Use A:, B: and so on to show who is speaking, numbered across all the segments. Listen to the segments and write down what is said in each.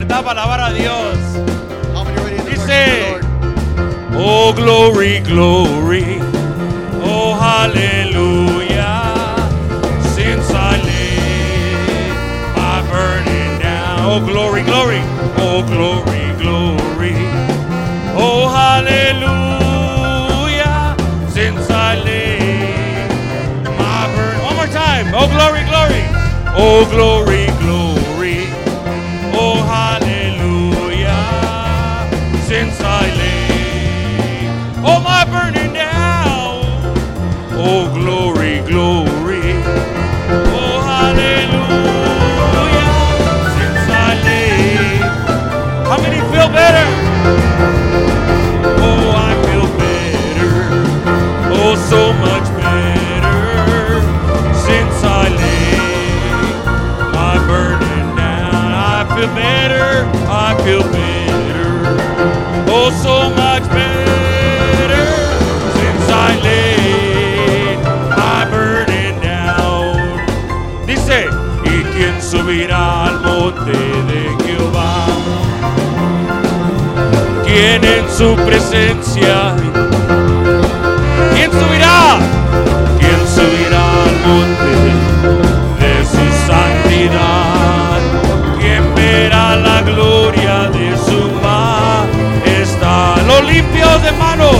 A: verdad para alabar a Dios.
B: How many are ready to the
A: Dice-
B: presence of the Lord?
A: Oh, glory, glory. Oh, hallelujah. Since I laid my burden down. Oh, glory, glory. Oh, glory, glory. Oh, hallelujah. Since I laid my burden. One more time. Oh, glory, glory. Oh, glory, glory. Oh, hallelujah. Since I lay all my burden down. Oh, glory, glory. Oh, hallelujah. Since I lay. How many feel better? Oh, I feel better. Oh, so much better since I lay my burden down. I feel better. I feel better. Oh, so much better since I laid my burden down. Dice, ¿y quién subirá al monte de Jehová? ¿Quién en su presencia? ¿Quién subirá? ¿Quién subirá al monte de su santidad? ¿Quién verá la gloria de su majestad? Los limpios de manos,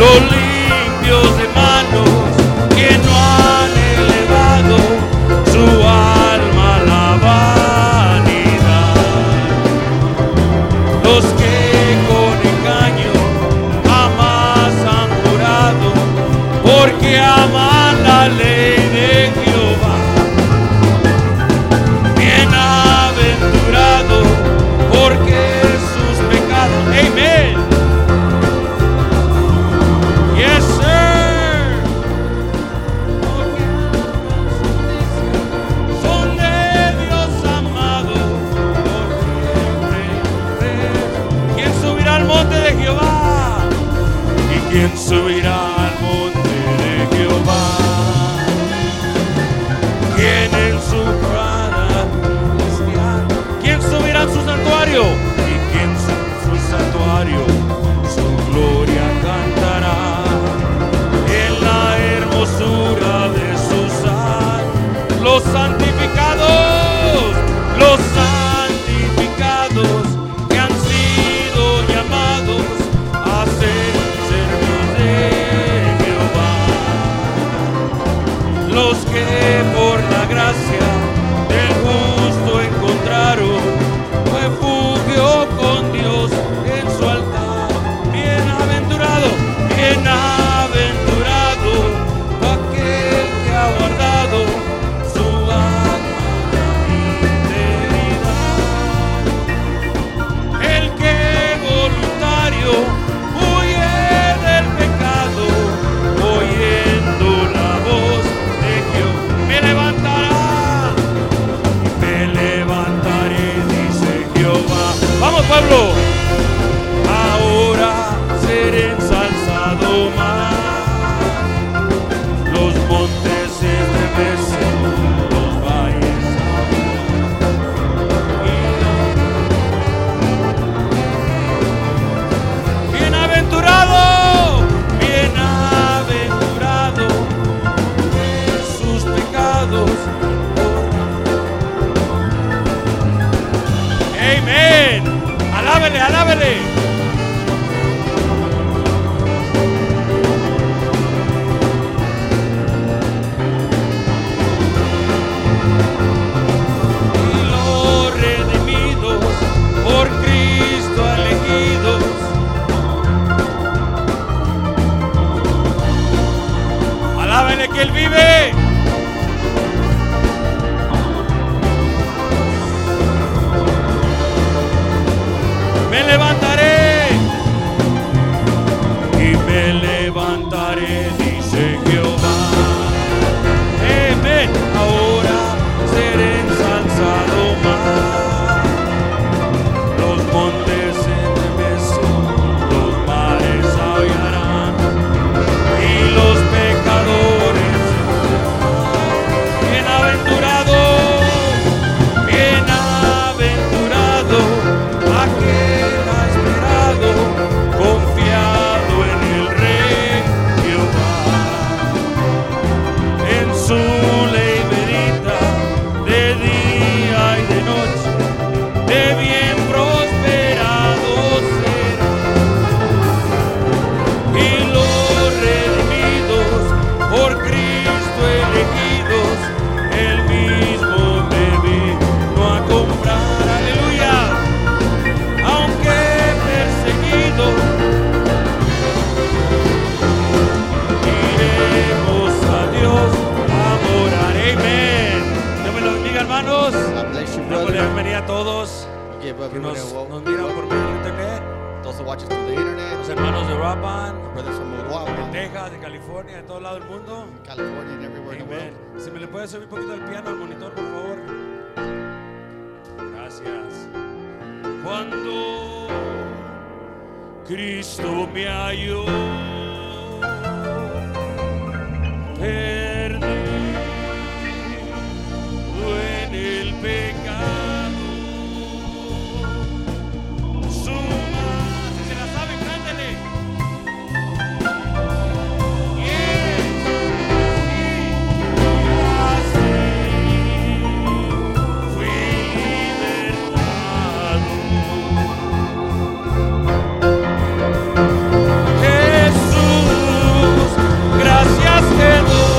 A: los limpios de manos, que no han elevado su alma a la vanidad los que con engaño jamás han jurado, porque aman la ley de Jehová. Bienaventurado, porque sus pecados. Amén. Yes, sir. Porque aman su justicia, Son de Dios amado por siempre. ¿Quién subirá al monte de Jehová? ¿Y quién subirá al monte de Jehová? ¿Quién en su prada estará? ¿Quién subirá a su santuario? ¿Y quién en su santuario su gloria cantará? en la hermosura de su sal. Los santificados, los santificados que han sido llamados a ser servidores de Jehová. Los que por la gracia del justo encontraron refugio con Dios en su altar. Bienaventurado, bienaventurado aquel que ha guardado su alma la integridad. El que voluntario huye del pecado, oyendo la voz de Dios, me levantará. Me levantaré, dice Jehová. Vamos, pueblo. Ahora seré ensalzado más. Los montes se estremecen, los valles ahogan. Bienaventurado, bienaventurado, sus pecados. Amén. Alábele, alábele. Los redimidos por Cristo elegidos. Alábele que Él vive. me levantaré y me levantaré, dice Jehová. Amén. Ahora seré ensalzado más. Los montes se estremecen, los mares aullarán y los pecadores. Bienaventurado, bienaventurado que bien prosperado será. Y los redimidos por Cristo elegidos, el mismo me vino a comprar. Aleluya. Aunque perseguidos, iremos a Dios a adorar. Amén. Dios me lo bendiga, hermanos.
B: God bless you,
A: Damos la
B: brother.
A: bienvenida a todos
B: Give
A: que
B: everyone a
A: nos, nos
B: welcome.
A: miran por medio de internet,
B: Those who watch us through the
A: los
B: internet,
A: hermanos de Rapan,
B: brothers from Uruguay,
A: Texas, de California, de todo lado del mundo.
B: California, and everywhere in the
A: Amen.
B: world.
A: Si me le puede subir un poquito el piano al monitor, por favor. Gracias. Cuando Cristo me halló, perdido en el pecado, su mano, si se la sabe, cántale. Yes. Fui libertado Jesús, gracias te doy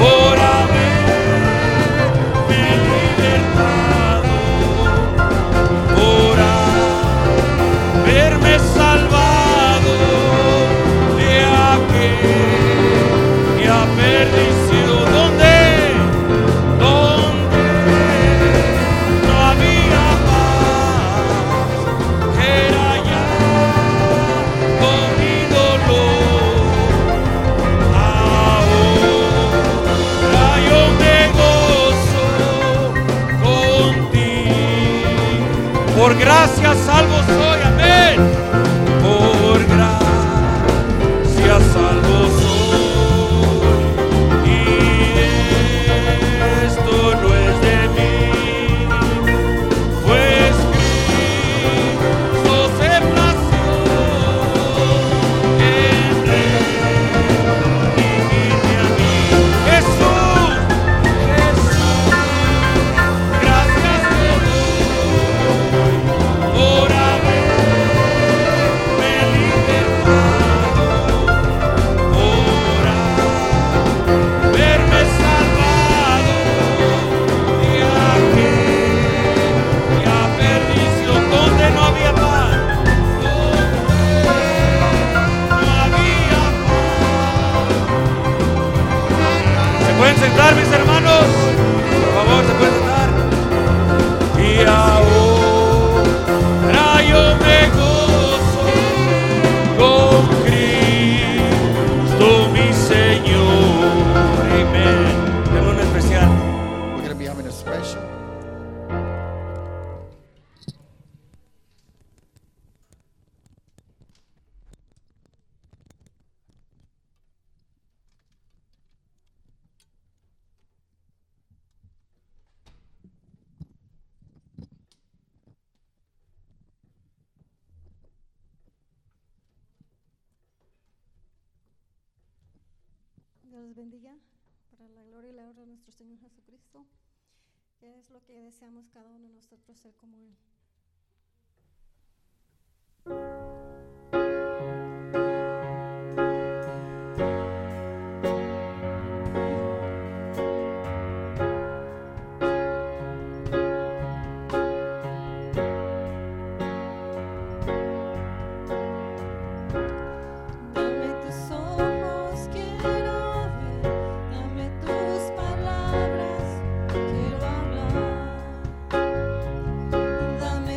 A: por haberme libertado, por haberme salvado de aquel y a perdición. ¿Dónde? Donde no había paz, era ya con mi dolor. Ahora yo me gozo con ti. Por gracia salvo soy, amén. Por gracia salvo soy. Y esto no es de mí, pues Cristo se plació en redimirme a mí. Jesús, Jesús, gracias te doy por haber me libertado por haberme salvado de aquella perdición donde no había paz, donde no había paz. ¿Se pueden sentar mis hermanos? Por favor, se pueden sentar. Y ahora yo me gozo con Cristo mi Señor. Amén. Tenemos un especial.
B: We're going to be having a special.
C: Dios los bendiga para la gloria y la honra de nuestro Señor Jesucristo, que es lo que deseamos cada uno de nosotros ser como Él. Dame tus ojos, quiero ver, dame tus palabras, quiero hablar. Dame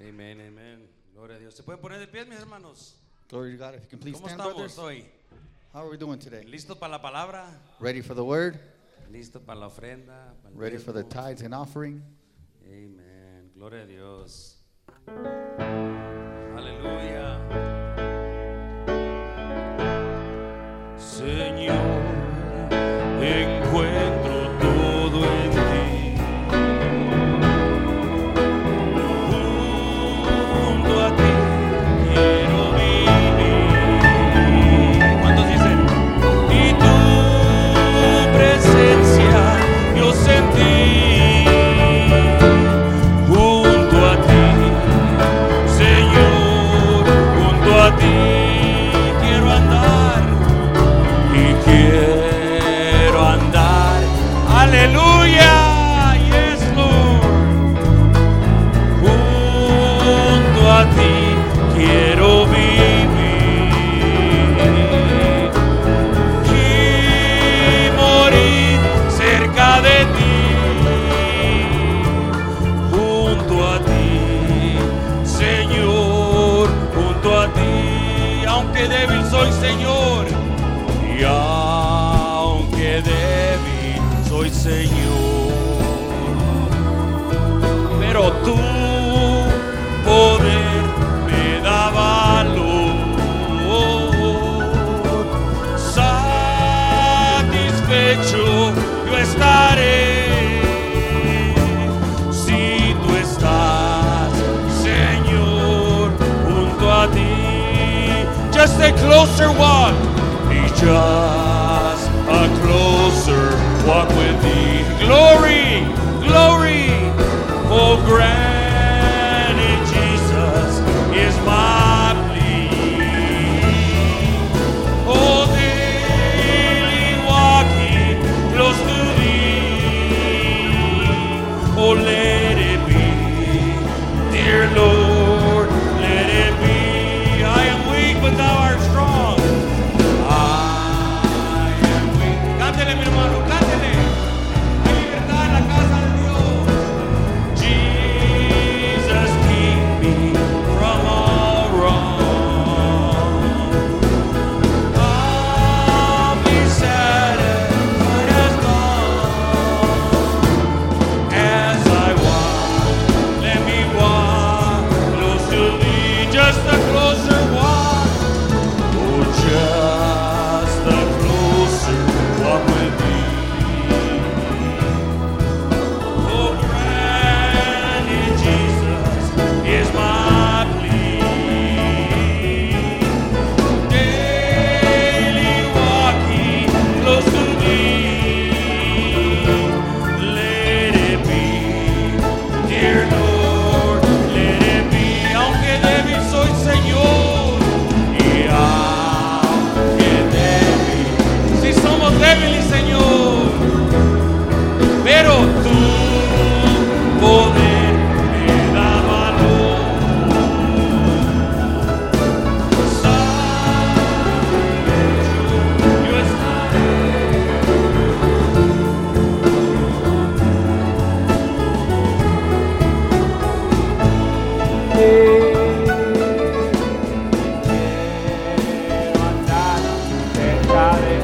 A: Amén, amén. Gloria a Dios. ¿Se pueden poner de pie, mis hermanos?
B: Glory to God. If you can please
A: ¿Cómo
B: stand,
A: estamos
B: brothers.
A: hoy?
B: How are we doing today?
A: ¿Listos para la palabra?
B: Ready for the word?
A: ¿Listos para la ofrenda? para el
B: Ready for the
A: diezmo?
B: tithes and offering?
A: Amén. Gloria a Dios. Aleluya. Señor, encuentro todo en ti. Junto a ti quiero vivir. ¿Cuántos dicen? Y tu presencia yo sentí junto a ti, Señor, junto a ti quiero andar y quiero andar. Aleluya, yes Lord. Junto a ti quiero vivir y morir cerca de ti junto a ti, Señor, junto a ti, aunque débil soy, Señor, y aunque débil soy, Señor, pero tu poder me da valor, satisfecho yo estaré si tú estás, Señor, junto a ti. Just a closer walk, y just a closer walk with thee. Glory, glory, oh granted Jesus is my plea. Oh, daily walking close to thee. Oh, let it be, dear Lord, let it be. I am weak, but thou art strong. I am weak. Cántele, mi hermano, cántele. Hay libertad en la casa de Dios. Jesus, keep me from all wrong. I'll be satisfied as long as I walk. Let me walk close to Thee, just a closer walk. Oh, just a closer walk with Thee. Oh, granted Jesus is my plea. Daily walking close to Thee, let it be, dear Lord, let it be. Aunque débil soy, Señor, y aunque débil, si somos débiles, Señor, pero Tu poder me da valor. Yo estaré Quiero andar cerca de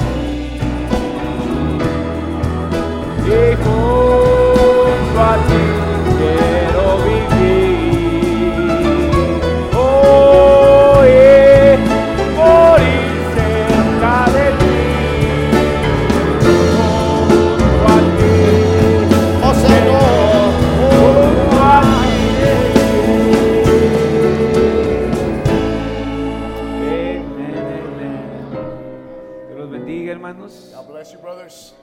A: ti Y junto a ti quiero vivir Hoy morir cerca de ti Junto a ti
B: Oh, Señor.
D: Junto a ti. Amén, amén. Dios los bendiga, hermanos.
E: God bless you, brothers.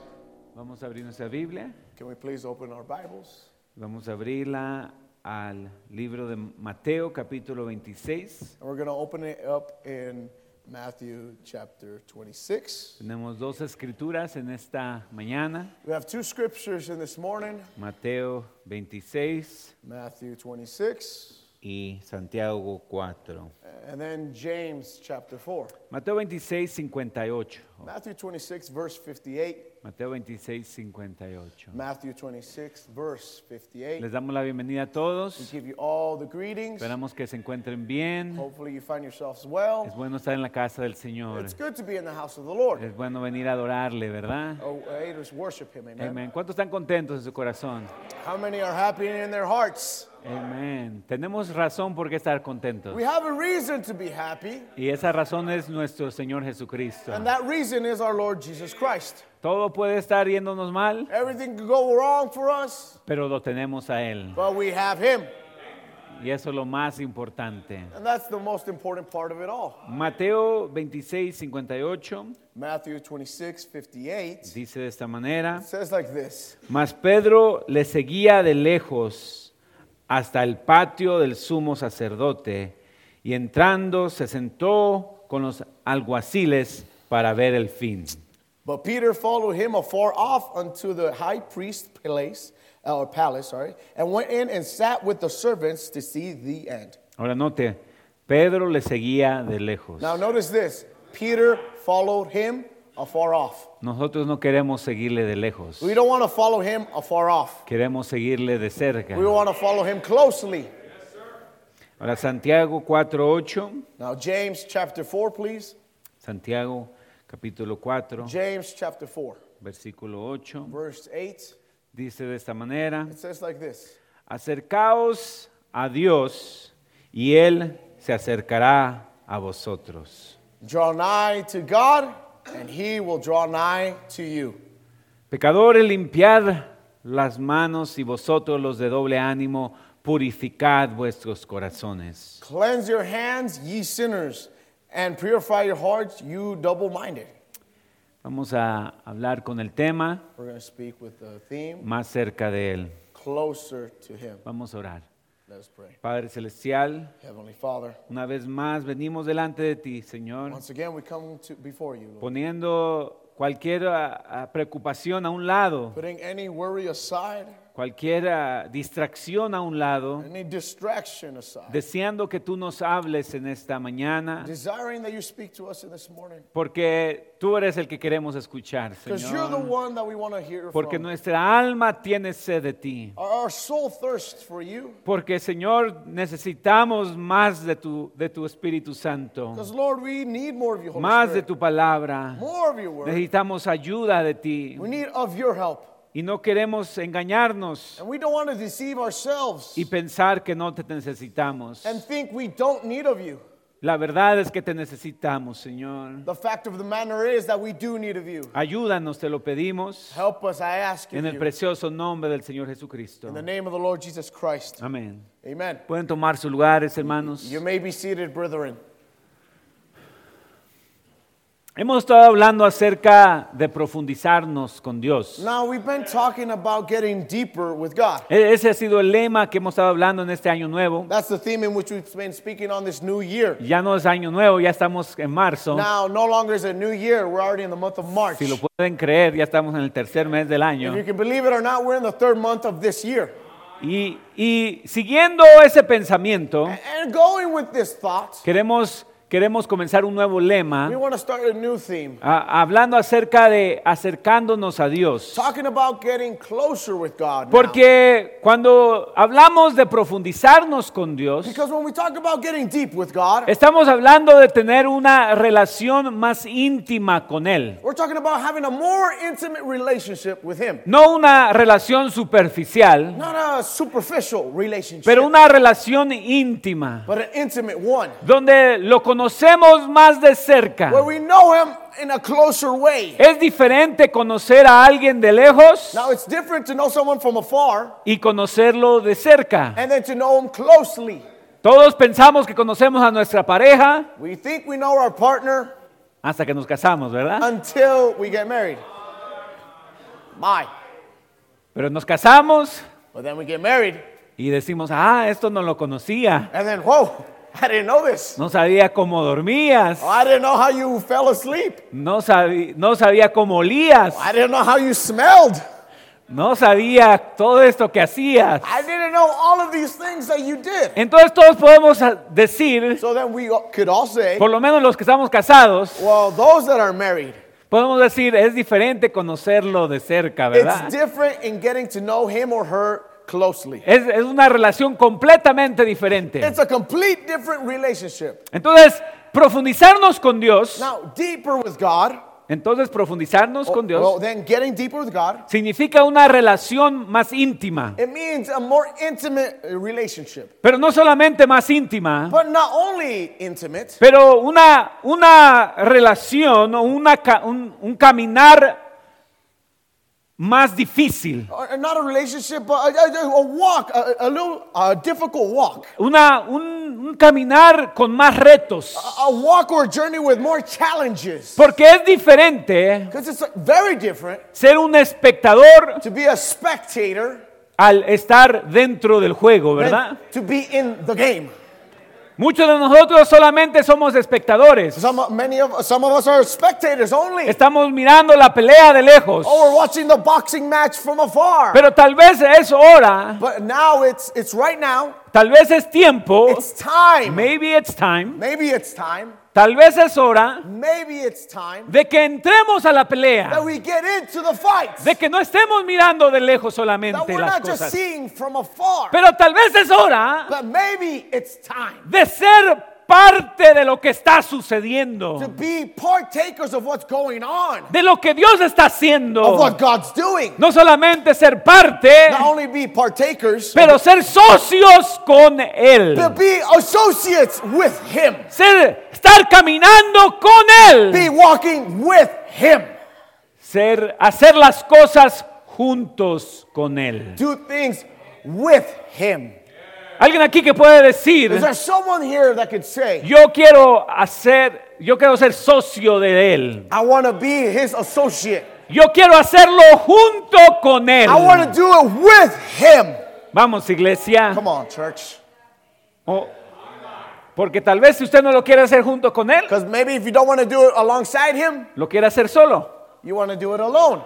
D: Vamos a abrir nuestra Biblia.
E: Can we please open our Bibles?
D: Vamos a abrirla al libro de Mateo, capítulo 26.
E: And we're going to open it up in Matthew chapter 26.
D: Tenemos dos escrituras en esta mañana.
E: We have two scriptures in this morning
D: Mateo 26
E: Matthew 26
D: y Santiago 4.
E: and then James chapter 4.
D: Mateo 26, 58.
E: Matthew 26, verse 58.
D: Mateo 26, 58.
E: Matthew 26, verse 58.
D: Les damos la bienvenida a
E: We
D: todos.
E: give you all the greetings.
D: Esperamos que se encuentren bien.
E: Hopefully, you find yourselves
D: Es
E: well.
D: bueno estar en la casa del Señor.
E: It's good to be in the house of the Lord.
D: Es bueno venir a adorarle, ¿verdad?
E: Oh, hey, just worship Him, amen.
D: Amén. ¿Cuántos están contentos en su corazón?
E: How many are happy in their hearts?
D: Amén. Tenemos razón por qué estar contentos.
E: We have a reason to be happy,
D: Y esa razón es nuestro Señor Jesucristo.
E: and that reason is our Lord Jesus Christ.
D: Todo puede estar yéndonos mal,
E: Everything could go wrong for us,
D: pero lo tenemos a Él.
E: but we have Him,
D: Y eso es lo más importante.
E: and that's the most important part of it all.
D: Mateo 26, 58
E: Matthew 26, 58
D: dice de esta manera.
E: says like this
D: Mas Pedro le seguía de lejos hasta el patio del sumo sacerdote y entrando se sentó con los alguaciles para ver el fin.
E: But Peter followed him afar off unto the high priest's place, uh, or palace, sorry, and went in and sat with the servants to see the end.
D: Ahora note, Pedro le seguía de lejos.
E: Now notice this Peter followed him afar off.
D: Nosotros no queremos seguirle de lejos,
E: We don't want to follow him afar off.
D: queremos seguirle de cerca.
E: We want to follow him closely.
D: Ahora Santiago 4.8,
E: Now, James chapter 4, please.
D: Santiago capítulo 4,
E: James chapter 4,
D: versículo 8,
E: verse 8.
D: dice de esta manera.
E: It says like this
D: Acercaos a Dios y Él se acercará a vosotros.
E: Draw nigh to God, and he will draw nigh to you.
D: Pecadores, limpiad las manos y vosotros los de doble ánimo, purificad vuestros corazones.
E: Cleanse your hands, ye sinners, and purify your hearts, you double minded.
D: Vamos a hablar con el tema
E: We're going to speak with the theme
D: más cerca de Él.
E: closer to him.
D: Vamos a orar.
E: Let us pray.
D: Padre Celestial,
E: Heavenly Father,
D: una vez más venimos delante de ti, Señor,
E: once again we come to, before you, Lord.
D: poniendo cualquier ah, ah, preocupación a un lado,
E: Putting any worry aside,
D: cualquier ah, distracción a un lado.
E: any distraction aside,
D: deseando que tú nos hables en esta mañana,
E: desiring that you speak to us in this morning.
D: porque tú eres el que queremos escuchar,
E: Because you're the
D: Señor.
E: one that we want to hear
D: Porque
E: from.
D: nuestra alma tiene sed de ti.
E: Our- Our soul thirsts for you.
D: Porque, Señor, necesitamos más de tu, de tu Espíritu Santo,
E: Because, Lord, we need more of you, Holy
D: más de
E: Spirit.
D: tu palabra.
E: More of your word.
D: Necesitamos ayuda de ti.
E: We need of your help.
D: Y no queremos engañarnos
E: And we don't want to deceive ourselves
D: y pensar que no te necesitamos.
E: and think we don't need of you.
D: La verdad es que te necesitamos, Señor.
E: The fact of the matter is that we do need of you.
D: Ayúdanos, te lo pedimos.
E: Help us, I ask of
D: En el
E: you.
D: precioso nombre del Señor Jesucristo.
E: In the name of the Lord Jesus Christ.
D: Amén.
E: Amen.
D: Pueden tomar sus lugares, hermanos.
E: You may be seated, brethren.
D: Hemos estado hablando acerca de profundizarnos con Dios.
E: Now, we've been talking about getting deeper with God.
D: E- Ese ha sido el lema que hemos estado hablando en este año nuevo.
E: That's the theme in which we've been speaking on this new year.
D: Ya no es año nuevo, ya estamos en marzo.
E: Now, no longer is it a new year. We're already in the month of March.
D: Si lo pueden creer, ya estamos en el tercer mes del
E: If you
D: año.
E: can believe it or not, we're in the third month of this year.
D: Y, y siguiendo ese pensamiento,
E: And going with this thought,
D: queremos, queremos comenzar un nuevo
E: we
D: lema
E: want to start a new theme,
D: a- hablando acerca de acercándonos a Dios.
E: talking about getting closer with God. now.
D: Porque cuando hablamos de profundizarnos con Dios,
E: Because when we talk about getting deep with God,
D: Estamos hablando de tener una relación más íntima con Él,
E: we're talking about having a more intimate relationship with Him,
D: no una relación superficial,
E: not a superficial relationship,
D: pero una relación íntima,
E: but an intimate one,
D: donde lo conocemos más de cerca.
E: where we know Him in a closer way.
D: Es diferente conocer a alguien de lejos
E: Now it's different to know someone from afar
D: y conocerlo de cerca.
E: and then to know Him closely.
D: Todos pensamos que conocemos a nuestra pareja
E: We think we know our partner
D: hasta que nos casamos, ¿verdad?
E: until we get married. My,
D: Pero nos casamos
E: but then we get married,
D: y decimos, ah, esto no lo conocía,
E: and then whoa, I didn't know this.
D: no sabía cómo dormías.
E: Oh, I didn't know how you fell asleep.
D: No, sabí- no sabía cómo olías,
E: I didn't know how you smelled.
D: no sabía todo esto que hacías.
E: I didn't know all of these things that you did.
D: Entonces todos podemos ah, decir,
E: So then we all- could all say,
D: por lo menos los que estamos casados,
E: well, those that are married,
D: Podemos decir, es diferente conocerlo de cerca, ¿verdad?
E: It's different in getting to know him or her closely.
D: Es, es una relación completamente diferente.
E: It's a complete different relationship.
D: Entonces, profundizarnos con Dios,
E: Now, deeper with God,
D: entonces profundizarnos
E: well,
D: con Dios
E: then getting deeper with God,
D: significa una relación más íntima,
E: it means a more intimate uh, relationship.
D: pero no solamente más íntima,
E: But not only intimate,
D: pero una, una relación o una, ca- un, un caminar más difícil,
E: or- or not a relationship, but a, a- a walk, a, a little a difficult walk.
D: una, un, un caminar con más retos,
E: A walk or a journey with more challenges.
D: porque es diferente
E: Because it's like, very different
D: ser un espectador
E: to be a spectator
D: al estar dentro del juego, ¿verdad?
E: than to be in the game.
D: Muchos de nosotros solamente somos espectadores.
E: Some, many of, some of us are spectators only.
D: Estamos mirando la pelea de lejos.
E: Oh, we're watching the boxing match from afar.
D: Pero tal vez es hora,
E: But now it's it's right now.
D: tal vez es tiempo,
E: It's time.
D: maybe it's time,
E: Maybe it's time.
D: tal vez es hora
E: Maybe it's time
D: de que entremos a la pelea,
E: that we get into the fight.
D: de que no estemos mirando de lejos
E: That
D: solamente
E: we're
D: las
E: not just
D: cosas.
E: seeing from afar.
D: Pero tal vez es hora
E: But maybe it's time
D: de ser parte de lo que está
E: to
D: sucediendo,
E: be partakers of what's going on,
D: de lo que Dios está
E: of
D: haciendo.
E: what God's doing.
D: No solamente ser parte,
E: Not only be partakers,
D: pero ser socios con Él.
E: but be associates with Him.
D: Ser, estar caminando con Él.
E: Be walking with Him.
D: Ser, hacer las cosas juntos con Él.
E: Do things with Him.
D: Alguien aquí que puede decir,
E: Is there someone here that could say,
D: yo quiero hacer, yo quiero ser socio de Él.
E: I want to be His associate?
D: Yo quiero hacerlo junto con Él.
E: I want to do it with him.
D: Vamos, iglesia.
E: Come on, church.
D: Oh, porque tal vez si usted no lo quiere hacer junto con Él,
E: Because maybe if you don't want to do it alongside him,
D: lo quiere hacer solo.
E: you want to do it alone.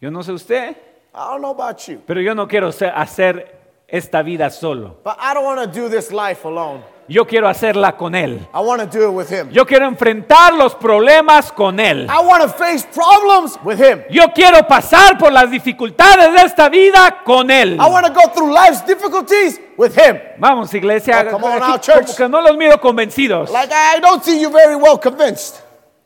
D: Yo no sé usted,
E: I don't know about you,
D: pero yo no quiero ser- hacer esta vida solo.
E: but I don't want to do this life alone.
D: Yo quiero hacerla con Él.
E: I want to do it with him.
D: Yo quiero enfrentar los problemas con Él.
E: I want to face problems with him.
D: Yo quiero pasar por las dificultades de esta vida con Él.
E: I want to go through life's difficulties with him.
D: Vamos, iglesia.
E: Oh, come on
D: aquí
E: now, church.
D: como que no los miro convencidos.
E: Like, I don't see you very well convinced.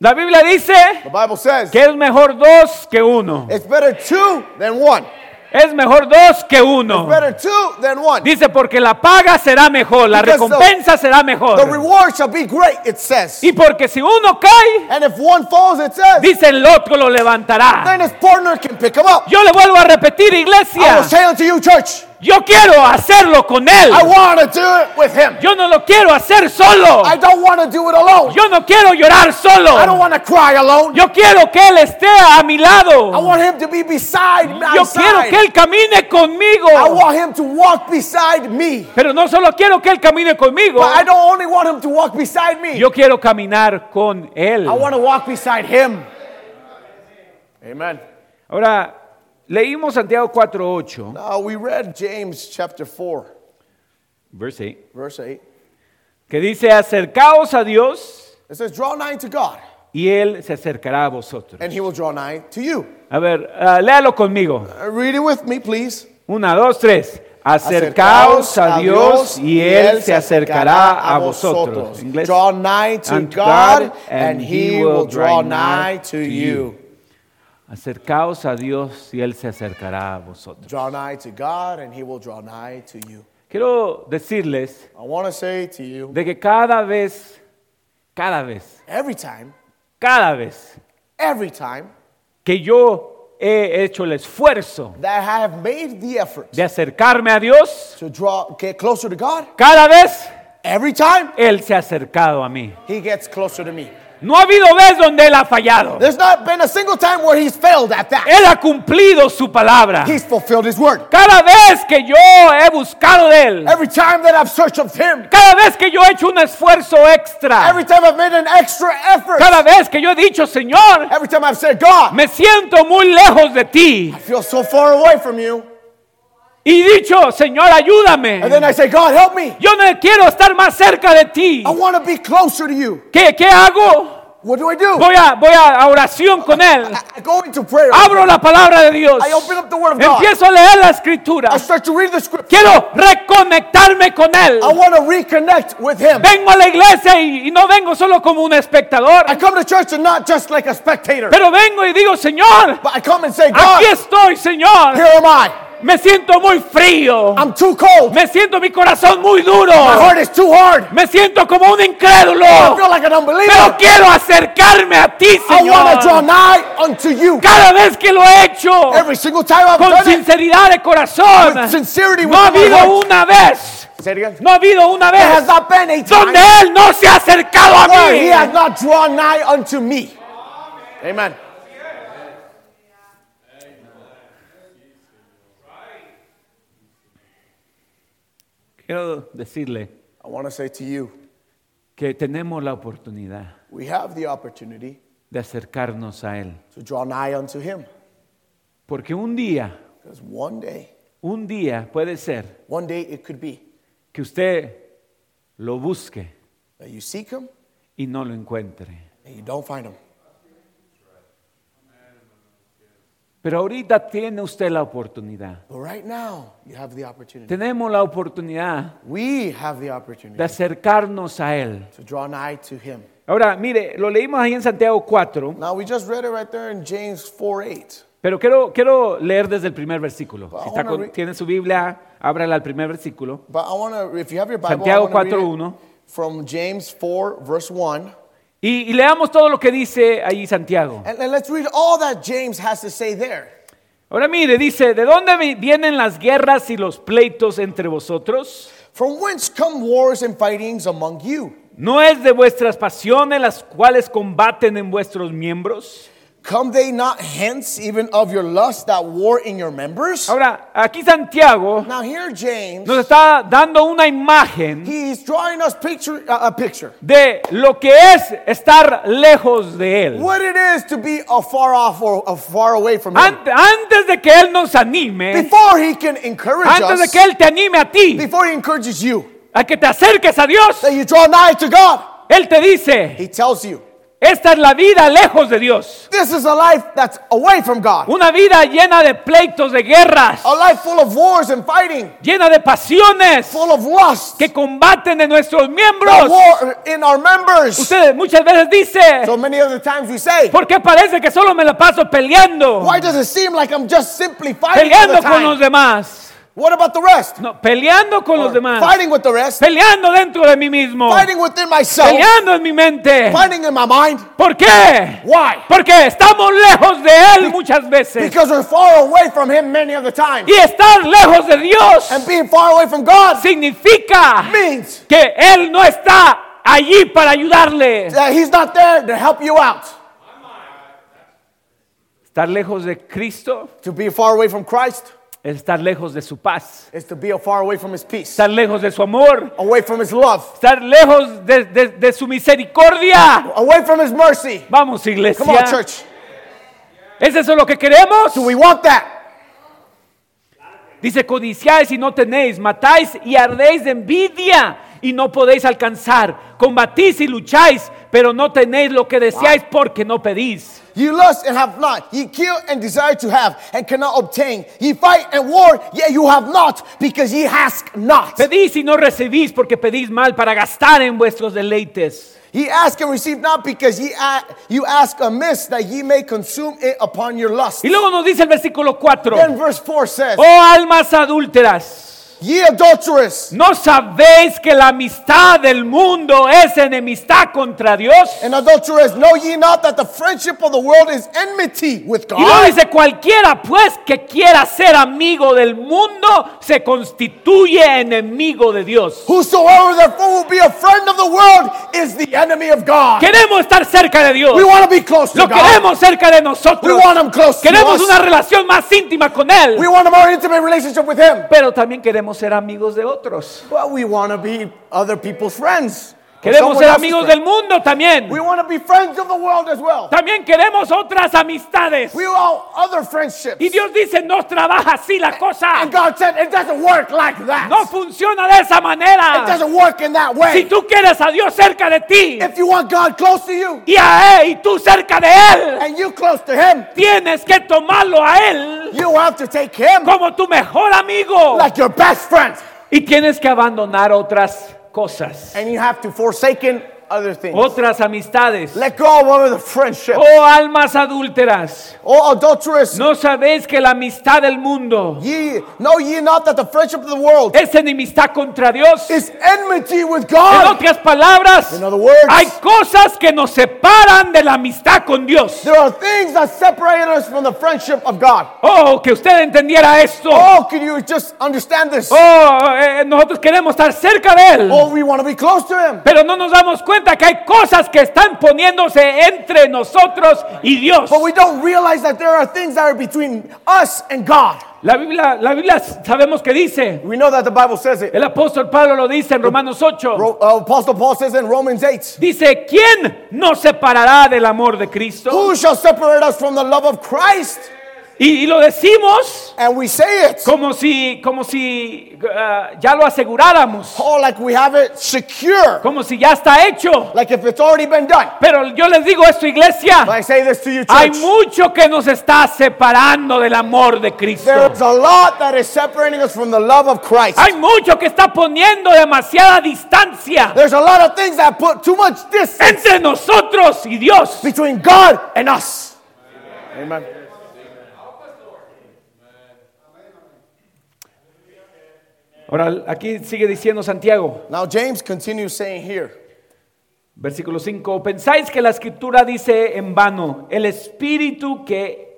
D: La Biblia dice
E: The Bible says
D: que es mejor dos que uno.
E: it's better two than one.
D: Es mejor dos que uno.
E: Better two than one.
D: Dice, porque la paga será mejor, la
E: Because the-
D: recompensa será
E: The
D: mejor.
E: reward shall be great, it says.
D: Y porque si uno cae,
E: And if one falls, it says,
D: dice el otro lo levantará.
E: then his partner can pick him up.
D: Yo le vuelvo a repetir,
E: I
D: iglesia,
E: will say unto you, church,
D: yo quiero hacerlo con él.
E: I want to do it with him.
D: Yo no lo quiero hacer solo.
E: I don't want to do it alone.
D: Yo no quiero llorar
E: I don't
D: solo.
E: want to cry alone.
D: Yo quiero que él esté a mi
E: I
D: lado.
E: want him to be beside my
D: Yo quiero
E: side.
D: que él camine conmigo.
E: I want him to walk beside me.
D: Pero no solo quiero que él camine conmigo,
E: But I don't only want him to walk beside me.
D: yo quiero caminar con él.
E: I want to walk beside him. Amen.
D: Ahora, leímos Santiago 4:8,
E: Now we read James chapter 4,
D: verse 8.
E: verse 8.
D: que dice, acercaos a Dios
E: It says, Draw nigh to God,
D: y Él se acercará a vosotros.
E: and he will draw nigh to you.
D: A ver, ah, léalo conmigo.
E: Uh, Read it with me, please.
D: Una, dos, tres. Acercaos a Dios y Él se acercará a vosotros. Inglés.
E: Draw nigh to
D: And to
E: God, and he will draw nigh to you.
D: Acercaos a Dios y Él se acercará a vosotros.
E: Draw nigh to God, and he will draw nigh to you.
D: Quiero decirles
E: I want to say to you
D: de que cada vez, cada vez,
E: every time,
D: cada vez
E: every time
D: que yo he hecho el esfuerzo
E: that I have made the effort
D: de acercarme a Dios,
E: to draw, get closer to God,
D: cada vez
E: every time
D: Él se ha acercado a mí.
E: he gets closer to me.
D: No ha habido vez donde Él ha fallado.
E: There's not been a single time where he's failed at that.
D: Él ha cumplido su palabra.
E: He's fulfilled his word.
D: Cada vez que yo he buscado de Él,
E: Every time that I've searched of him,
D: cada vez que yo he hecho un esfuerzo extra,
E: every time I've made an extra effort,
D: cada vez que yo he dicho, Señor,
E: every time I've said, God,
D: me siento muy lejos de ti.
E: I feel so far away from you.
D: Y dicho, Señor, ayúdame.
E: And then I say, God, help me.
D: Yo no quiero estar más cerca de ti.
E: I want to be closer to you.
D: ¿Qué, qué hago?
E: What do I do?
D: Voy a, voy a oración con él.
E: I, I go into prayer.
D: Abro la palabra de Dios.
E: I open up the word of God.
D: Empiezo a leer la escritura.
E: I start to read the scripture.
D: Quiero reconectarme con él.
E: I want to reconnect with Him.
D: Vengo a la iglesia y, y no vengo solo como un espectador,
E: I come to church and not just like a spectator,
D: pero vengo y digo, Señor,
E: but I come and say, God,
D: aquí
E: here
D: estoy, Señor.
E: am I.
D: Me siento muy frío.
E: I'm too cold.
D: Me siento mi corazón muy duro.
E: My heart Oh, is too hard.
D: Me siento como un
E: I
D: incrédulo.
E: feel like an
D: Pero
E: unbeliever.
D: quiero acercarme a ti,
E: I want to draw
D: Señor.
E: nigh unto you.
D: Cada vez que lo he hecho,
E: Every single time I've
D: con
E: done it,
D: sinceridad de corazón,
E: With sincerity
D: no
E: with
D: ha
E: my heart.
D: habido una vez,
E: Say it again.
D: no ha habido una
E: There has
D: vez
E: not been a
D: donde
E: time
D: Él no se ha acercado a
E: where he has
D: mí.
E: not drawn nigh unto me. Amen.
D: Quiero decirle
E: I want to say to you,
D: que tenemos la oportunidad
E: we have the opportunity
D: de acercarnos a Él.
E: to draw nigh unto him.
D: Porque un día,
E: Because one day,
D: un día puede ser
E: one day it could be
D: que usted lo busque
E: that you seek him
D: y no lo encuentre.
E: and you don't find him.
D: Pero ahorita tiene usted la oportunidad.
E: But right now, you have the opportunity.
D: Tenemos la oportunidad
E: We have the
D: de
E: opportunity
D: acercarnos a Él.
E: to draw nigh to him.
D: Ahora, mire, lo leímos ahí en Santiago 4,
E: Now, we just read it right there in James 4 8.
D: pero quiero, quiero leer desde el primer versículo. Si está con-
E: Ahora-
D: tiene su Biblia, ábrala al primer versículo.
E: But I want to, if you have your Bible, I
D: Santiago
E: want to
D: 4.1.
E: read it from James 4, verse 1.
D: Y, y leamos todo lo que dice ahí Santiago.
E: And, and let's read all that James has to say there.
D: Ahora mire, dice, ¿de dónde vi- vienen las guerras y los pleitos entre vosotros?
E: From whence come wars and fightings among you?
D: ¿No es de vuestras pasiones las cuales combaten en vuestros miembros?
E: Come they not hence, even of your lust that war in your members?
D: Ahora, aquí Santiago
E: Now, here, James,
D: nos está dando una imagen
E: he's drawing us picture, uh, a picture.
D: de lo que es estar lejos de Él.
E: What it is to be afar off or afar away from him.
D: Ante- Antes de que Él nos anime,
E: Before he can encourage
D: antes de
E: us,
D: que Él te anime a ti,
E: before he encourages you,
D: a que te acerques a Dios,
E: that you draw nigh to God,
D: Él te dice,
E: he tells you,
D: esta es la vida lejos de Dios.
E: this is a life that's away from God,
D: Una vida llena de pleitos, de guerras.
E: a life full of wars and fighting,
D: llena de pasiones
E: full Oh. of lust,
D: que combaten en nuestros
E: that
D: miembros.
E: war in our members.
D: Ustedes muchas veces dice,
E: So many of the times we say,
D: ¿por qué parece que solo me la paso peleando?
E: why does it seem like I'm just simply fighting all the
D: Peleando con los
E: time?
D: demás.
E: What about the rest?
D: No, peleando con los demás.
E: Oh, Fighting with the rest,
D: Peleando dentro de mí mismo.
E: fighting within myself,
D: Peleando en mi mente.
E: fighting in my mind.
D: ¿Por qué?
E: Why?
D: Porque estamos lejos de Él muchas veces.
E: Because we're far away from him many of the time.
D: Y estar lejos de Dios
E: And being far away from God
D: significa
E: means
D: que Él no está allí para ayudarle.
E: that he's not there to help you out.
D: Estar lejos de Cristo
E: To be far away from Christ
D: es estar lejos de su paz,
E: is to be far away from his peace,
D: estar lejos de su amor,
E: away from his love,
D: estar lejos de, de- de su misericordia.
E: away from his mercy.
D: Vamos,
E: Come
D: iglesia.
E: on, church.
D: ¿Es eso lo que queremos?
E: Do we want that?
D: Dice, codiciáis y no tenéis, matáis y ardéis de envidia y no podéis alcanzar, combatís y lucháis, pero no tenéis lo que deseáis porque no pedís.
E: You lust and have not. Ye kill and desire to have and cannot obtain. Ye fight and war, yet you have not, because ye ask not.
D: Pedís y no recibís porque pedís mal para gastar en vuestros deleites.
E: Ye ask and receive not, because ye a- you ask amiss that ye may consume it upon your lust.
D: Y luego nos dice el versículo 4,
E: Then verse 4 says,
D: oh almas adúlteras.
E: Ye adulterous
D: ¿No sabéis que la amistad del mundo es enemistad contra Dios?
E: and adulteress, know ye not that the friendship of the world is enmity with
D: Y no
E: God?
D: dice cualquiera pues que quiera ser amigo del mundo se constituye enemigo de Dios.
E: Whosoever therefore will be a friend of the world is the enemy of God.
D: Queremos estar cerca de Dios.
E: We want to be close to
D: Lo
E: God.
D: queremos cerca de
E: We
D: nosotros.
E: want him close to
D: Queremos una
E: us.
D: relación más íntima con Él.
E: We want a more intimate relationship with him. Pues
D: Pero también queremos ser amigos de otros.
E: But we want to be other people's friends.
D: Queremos
E: someone
D: ser
E: else's
D: amigos del
E: friend.
D: mundo también.
E: We want to be friends of the world as well.
D: También queremos otras amistades.
E: We want other friendships.
D: Y Dios dice, no trabaja así la cosa.
E: And God said, it doesn't work like that.
D: No funciona de esa
E: It
D: manera.
E: doesn't work in that way.
D: Si tú quieres a Dios cerca de ti
E: If you want God close to you
D: y a Él y tú cerca de Él,
E: and you close to Him,
D: tienes que tomarlo a Él
E: you have to take Him
D: como tu mejor amigo.
E: like your best friend.
D: Y tienes que abandonar otras cosas,
E: And you have to forsaken other things.
D: otras amistades.
E: Let go of other friendships.
D: Oh almas adúlteras,
E: Oh, adulterous.
D: ¿no sabéis que la amistad del mundo
E: Ye, know ye not that the friendship of the world
D: es enemistad contra Dios?
E: is enmity with
D: En
E: God?
D: otras palabras,
E: In other words,
D: hay cosas que nos separan de la amistad con Dios.
E: there are things that separate us from the friendship of God.
D: Oh, que usted entendiera esto.
E: Oh, can you just understand this?
D: Oh, eh, nosotros queremos estar cerca de Él.
E: Oh, we want to be close to Him.
D: Pero no nos damos cuenta que hay cosas que están poniéndose entre nosotros y Dios.
E: But we don't realize that there are things that are between us and God.
D: La Biblia, la Biblia sabemos que dice.
E: We know that the Bible says it.
D: El apóstol Pablo lo dice en Romanos 8.
E: Ro- uh, Apostle Paul says in Romans 8,
D: Dice, ¿quién nos separará del amor de Cristo?
E: Who shall separate us from the love of Christ?
D: Y, y lo decimos
E: And we say it.
D: como si, como si ah, ya lo aseguráramos,
E: Oh, like we have it secure.
D: como si ya está hecho.
E: Like if it's already been done.
D: Pero yo les digo esto, iglesia,
E: But I say this to you,
D: hay
E: church.
D: mucho que nos está separando del amor de Cristo.
E: There's a lot that is separating us from the love of Christ.
D: Hay mucho que está poniendo demasiada distancia
E: There's a lot of things that put too much distance
D: entre nosotros y Dios.
E: between God and us. Amen.
D: Ahora, aquí sigue diciendo Santiago,
E: Now, James continues saying here.
D: versículo 5, pensáis que la escritura dice en vano, el espíritu que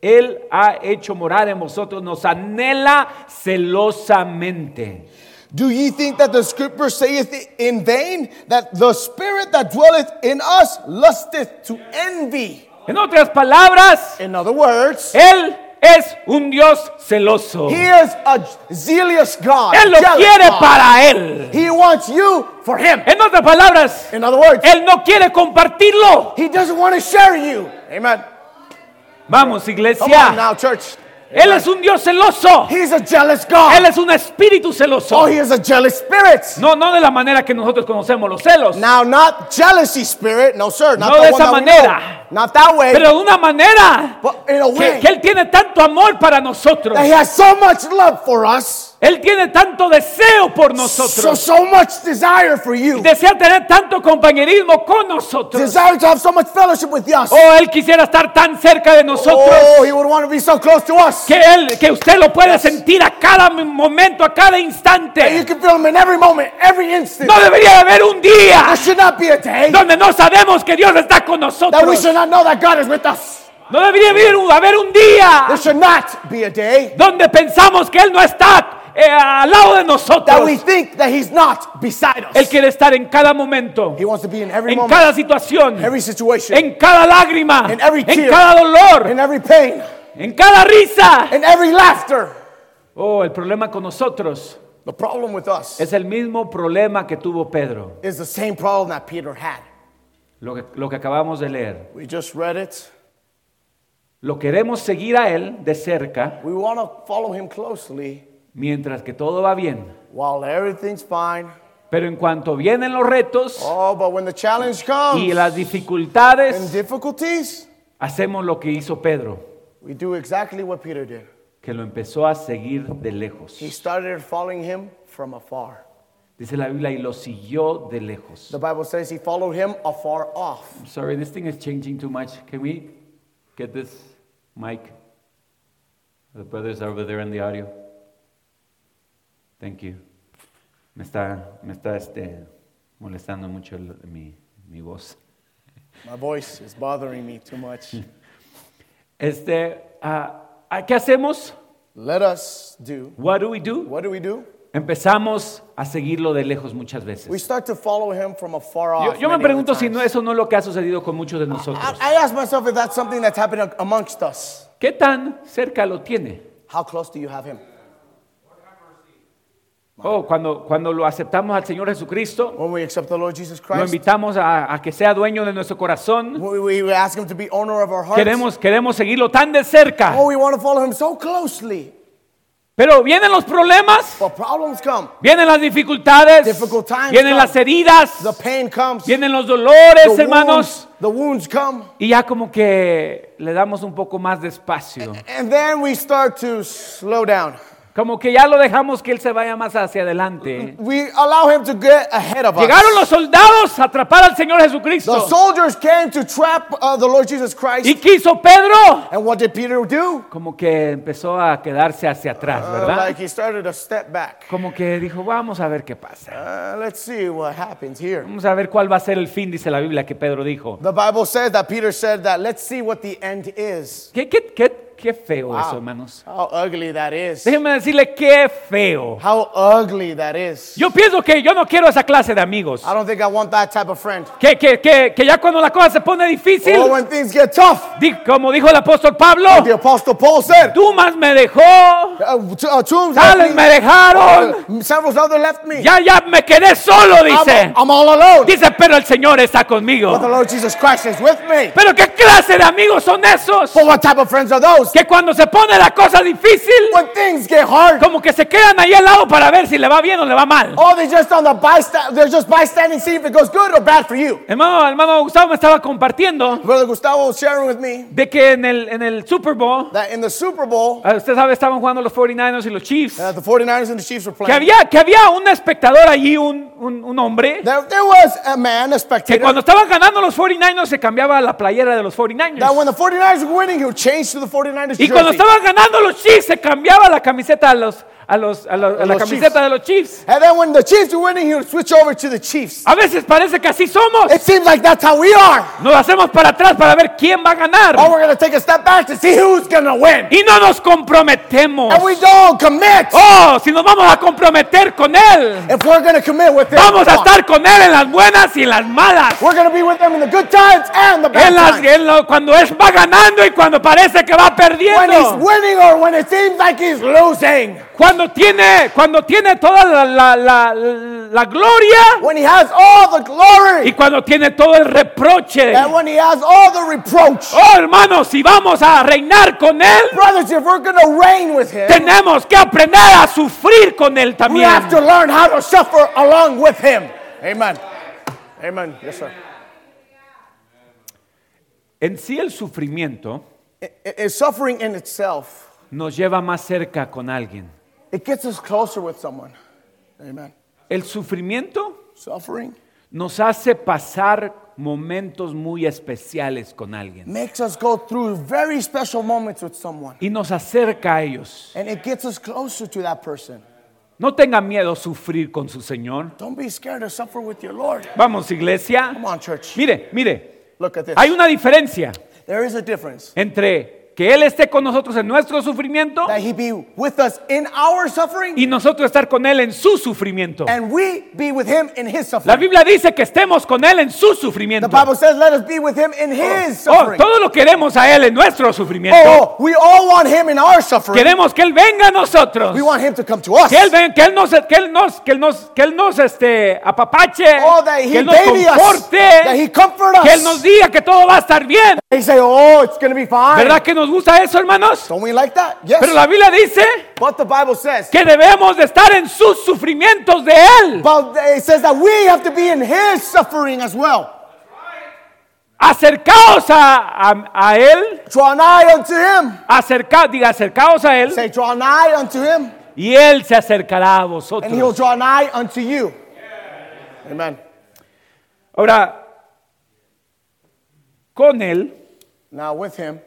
D: él ha hecho morar en vosotros nos anhela celosamente.
E: Do ye think that the scripture saith in vain that the spirit that dwelleth in us lusteth to envy?
D: En otras palabras,
E: In other words,
D: él es un Dios celoso.
E: he is a zealous God.
D: Él lo
E: jealous
D: quiere
E: God.
D: para él.
E: He wants you for him.
D: En otras palabras,
E: In other words,
D: él no quiere compartirlo.
E: he doesn't want to share you. Amen.
D: Vamos,
E: Come on
D: iglesia.
E: now, church.
D: Él es un Dios celoso.
E: He's a jealous God.
D: Él es un espíritu celoso.
E: Oh, he is a jealous spirit.
D: No, no de la manera que nosotros conocemos los celos,
E: Now, not jealousy spirit. No, sir. Not
D: No
E: the
D: de
E: one
D: esa
E: that we
D: manera.
E: know. Not that way.
D: pero de una manera
E: but in a
D: que,
E: way
D: que Él tiene tanto amor para nosotros.
E: that he has so much love for us.
D: Él tiene tanto deseo por
E: So,
D: nosotros.
E: so much desire for you.
D: Desea tener tanto compañerismo con nosotros.
E: desire to have so much fellowship with us.
D: Oh, Él quisiera estar tan cerca de
E: Oh,
D: nosotros
E: he would want to be so close to us.
D: que, él, que usted lo puede sentir a cada momento, a cada
E: And you
D: instante.
E: can feel him in every moment, every instant.
D: No debería de haber un día
E: There should not be a day
D: donde no sabemos que Dios está con
E: that we
D: nosotros.
E: should not know that God is with us.
D: No debería haber un, haber un día
E: There should not be a day
D: donde pensamos que Él no está eh, al lado de
E: that we
D: nosotros.
E: think that he's not beside
D: Él
E: us.
D: quiere estar en cada momento,
E: He wants to be in every
D: en
E: moment,
D: cada situación,
E: every situation,
D: en cada lágrima,
E: In every
D: en
E: tear.
D: cada dolor,
E: in every pain,
D: en cada risa.
E: in every laughter.
D: Oh, el problema con nosotros
E: The problem with us
D: es el mismo problema que tuvo Pedro,
E: is the same problem that Peter had.
D: lo que, lo que acabamos de leer.
E: We just read it.
D: Lo queremos seguir a Él de cerca,
E: We want to follow him closely
D: mientras que todo va bien.
E: while everything's fine.
D: Pero en cuanto vienen los retos
E: Oh, but when the challenge comes
D: y las
E: and
D: dificultades,
E: difficulties,
D: hacemos lo que hizo Pedro.
E: we do exactly what Peter did.
D: que lo empezó a seguir de lejos.
E: He started following him from afar.
D: Dice la Biblia y lo siguió de lejos.
E: The Bible says he followed him afar off.
D: Sorry, this thing is changing too much. Can we get this mic? The brothers are over there in the audio. Thank you. Me está, me está este, molestando mucho el- mi, mi voz.
E: My voice is bothering me too much.
D: Este, ah, ah, ¿qué hacemos?
E: Let us do.
D: What do we do?
E: What do we do?
D: Empezamos a seguirlo de lejos muchas veces.
E: We start to follow him from afar
D: Yo,
E: off.
D: yo
E: many
D: me
E: of the
D: pregunto si no,
E: times.
D: eso no es lo que ha sucedido con muchos de nosotros.
E: I, I ask myself if that's something that's happening amongst us.
D: ¿Qué tan cerca lo tiene?
E: How close do you have him?
D: Oh, cuando, cuando lo aceptamos al Señor Jesucristo,
E: When we accept the Lord Jesus
D: lo
E: Christ,
D: invitamos a, a que sea dueño de nuestro corazón.
E: we, we ask Him to be owner of our hearts.
D: Queremos, queremos seguirlo tan de cerca.
E: Oh, we want to follow Him so closely.
D: Pero vienen los problemas,
E: But problems come,
D: vienen las dificultades,
E: Difficult times
D: vienen
E: come.
D: las heridas,
E: the pain comes, the
D: vienen los dolores,
E: wounds,
D: hermanos.
E: the wounds come,
D: Y ya como que le damos un poco más de espacio.
E: and then we start to slow down.
D: Como que ya lo dejamos que él se vaya más hacia
E: Mm,
D: adelante.
E: We allow Him to get ahead of
D: Llegaron
E: us.
D: los soldados a atrapar al Señor
E: mm. The
D: Jesucristo.
E: soldiers came to trap uh, the Lord Jesus Christ.
D: Y quiso Pedro.
E: And what did Peter do?
D: Como que empezó a quedarse hacia atrás,
E: Uh, like
D: ¿verdad?
E: he started to step back.
D: Como que dijo, vamos a ver qué pasa.
E: Uh, let's see what happens here.
D: Vamos a ver cuál va a ser el fin, dice la Biblia que Pedro dijo.
E: The Bible says that Peter said that let's see what the end is.
D: Qué, qué, qué, qué feo
E: Wow.
D: eso, hermanos.
E: How ugly that is.
D: Déjenme decirle qué feo.
E: How ugly that is.
D: Yo pienso que yo no quiero esa clase de amigos.
E: I don't think I want that type of friend.
D: Que, que, que, que ya cuando la cosa se pone difícil,
E: Oh, when things get tough,
D: di- como dijo el apóstol Pablo,
E: the Apostle Paul said,
D: Dumas me dejó,
E: uh, t- uh, tombs
D: Tales
E: left
D: me
E: me.
D: dejaron,
E: Uh, several other left me.
D: ya, ya me quedé solo, dice.
E: I'm, I'm all alone.
D: Dice, pero el Señor está
E: But the
D: conmigo.
E: Lord Jesus Christ is with me.
D: Pero qué clase de amigos son esos
E: But what type of friends are those?
D: que cuando se pone la cosa difícil,
E: When things get hard,
D: como que se quedan ahí al lado para ver si le va bien o le va mal.
E: Oh, they're just on the bystand. They're just bystanding, see if it goes good or bad for you.
D: Hermano, hermano Gustavo me estaba compartiendo
E: Brother Gustavo was sharing with me
D: de que en el, en el Super Bowl,
E: that in the Super Bowl,
D: ah, usted sabe, estaban jugando los 49ers y los Chiefs.
E: uh, the 49ers and the Chiefs were
D: Que
E: playing.
D: había, que había un espectador allí, un, un, un hombre,
E: There, there was a man, a
D: que
E: spectator,
D: cuando estaban ganando los 49ers se cambiaba la playera de los
E: that when
D: 49ers.
E: the 49ers were winning, he would change to the 49ers
D: Y cuando
E: jersey.
D: estaban ganando los Chiefs se cambiaba la camiseta a los, a los, a los- a
E: A
D: la
E: los
D: camiseta
E: Chiefs.
D: de los Chiefs.
E: And then when the Chiefs were winning, he would switch over to the Chiefs.
D: A veces parece que así somos.
E: It seems like that's how we are.
D: Nos hacemos para atrás para ver quién va a ganar.
E: Oh, we're going to take a step back to see who's going to win.
D: Y no nos comprometemos.
E: And we don't commit.
D: Oh, si nos vamos a comprometer con Él.
E: If we're going to commit with them,
D: Vamos a
E: come on.
D: estar con Él en las buenas y en las malas.
E: we're going to be with them in the good times and the bad
D: En las,
E: times.
D: en lo- cuando es va ganando y cuando parece que va
E: when he's
D: perdiendo.
E: winning or when it seems like he's losing.
D: Cuando tiene, cuando tiene toda la, la- la- la gloria
E: When he has all the
D: y
E: glory
D: cuando tiene todo el reproche.
E: and when he has all the reproach.
D: Oh, hermanos, si vamos a reinar con Él,
E: Brothers, if we're going to reign with him,
D: tenemos que aprender a sufrir con Él
E: we
D: también.
E: have to learn how to suffer along with him. Amen. Amen. Yes, sir.
D: En sí el sufrimiento
E: It, it- it's suffering in itself,
D: nos lleva más cerca con alguien.
E: it gets us closer with someone. Amen.
D: El sufrimiento
E: Suffering
D: nos hace pasar momentos muy especiales con alguien
E: makes us go through very special moments with someone,
D: y nos acerca a ellos.
E: and it gets us closer to that person.
D: No tenga miedo a sufrir con su Señor.
E: Don't be scared to suffer with your Lord.
D: Vamos, iglesia.
E: Come on, church.
D: Mire, mire,
E: Look at this.
D: hay una diferencia
E: There is a difference.
D: entre que Él esté con nosotros en nuestro sufrimiento
E: that he be with us in our suffering
D: y nosotros estar con Él en su sufrimiento.
E: and we be with him in his
D: La
E: suffering.
D: Biblia dice que estemos con Él en su
E: The
D: sufrimiento.
E: Bible says, let us be with him in his
D: Oh,
E: suffering.
D: todo lo queremos a Él en nuestro sufrimiento.
E: Oh, oh, we all want him in our suffering.
D: Queremos que Él venga a nosotros.
E: We want him to come to us.
D: Que él, ven- que él nos, que él nos, que él nos, que él nos este, apapache,
E: Oh, that
D: que
E: he
D: él nos
E: baby us. That he
D: conforte,
E: comfort
D: que él nos
E: us.
D: diga que todo va a estar bien.
E: They say, oh, it's going to be fine.
D: ¿Verdad que nos gusta eso, hermanos?
E: Don't we like that?
D: Pero
E: Yes.
D: la Biblia dice
E: But the Bible says,
D: que debemos de estar en sus sufrimientos de él,
E: but it says that we have to be in his suffering as well.
D: acercaos a, a, a él,
E: Draw nigh unto him.
D: acerca, diga acercaos a él
E: Say, draw nigh unto him,
D: y él se acercará a
E: and he'll
D: vosotros.
E: draw nigh unto you. Amen.
D: Ahora, con él,
E: Now with him,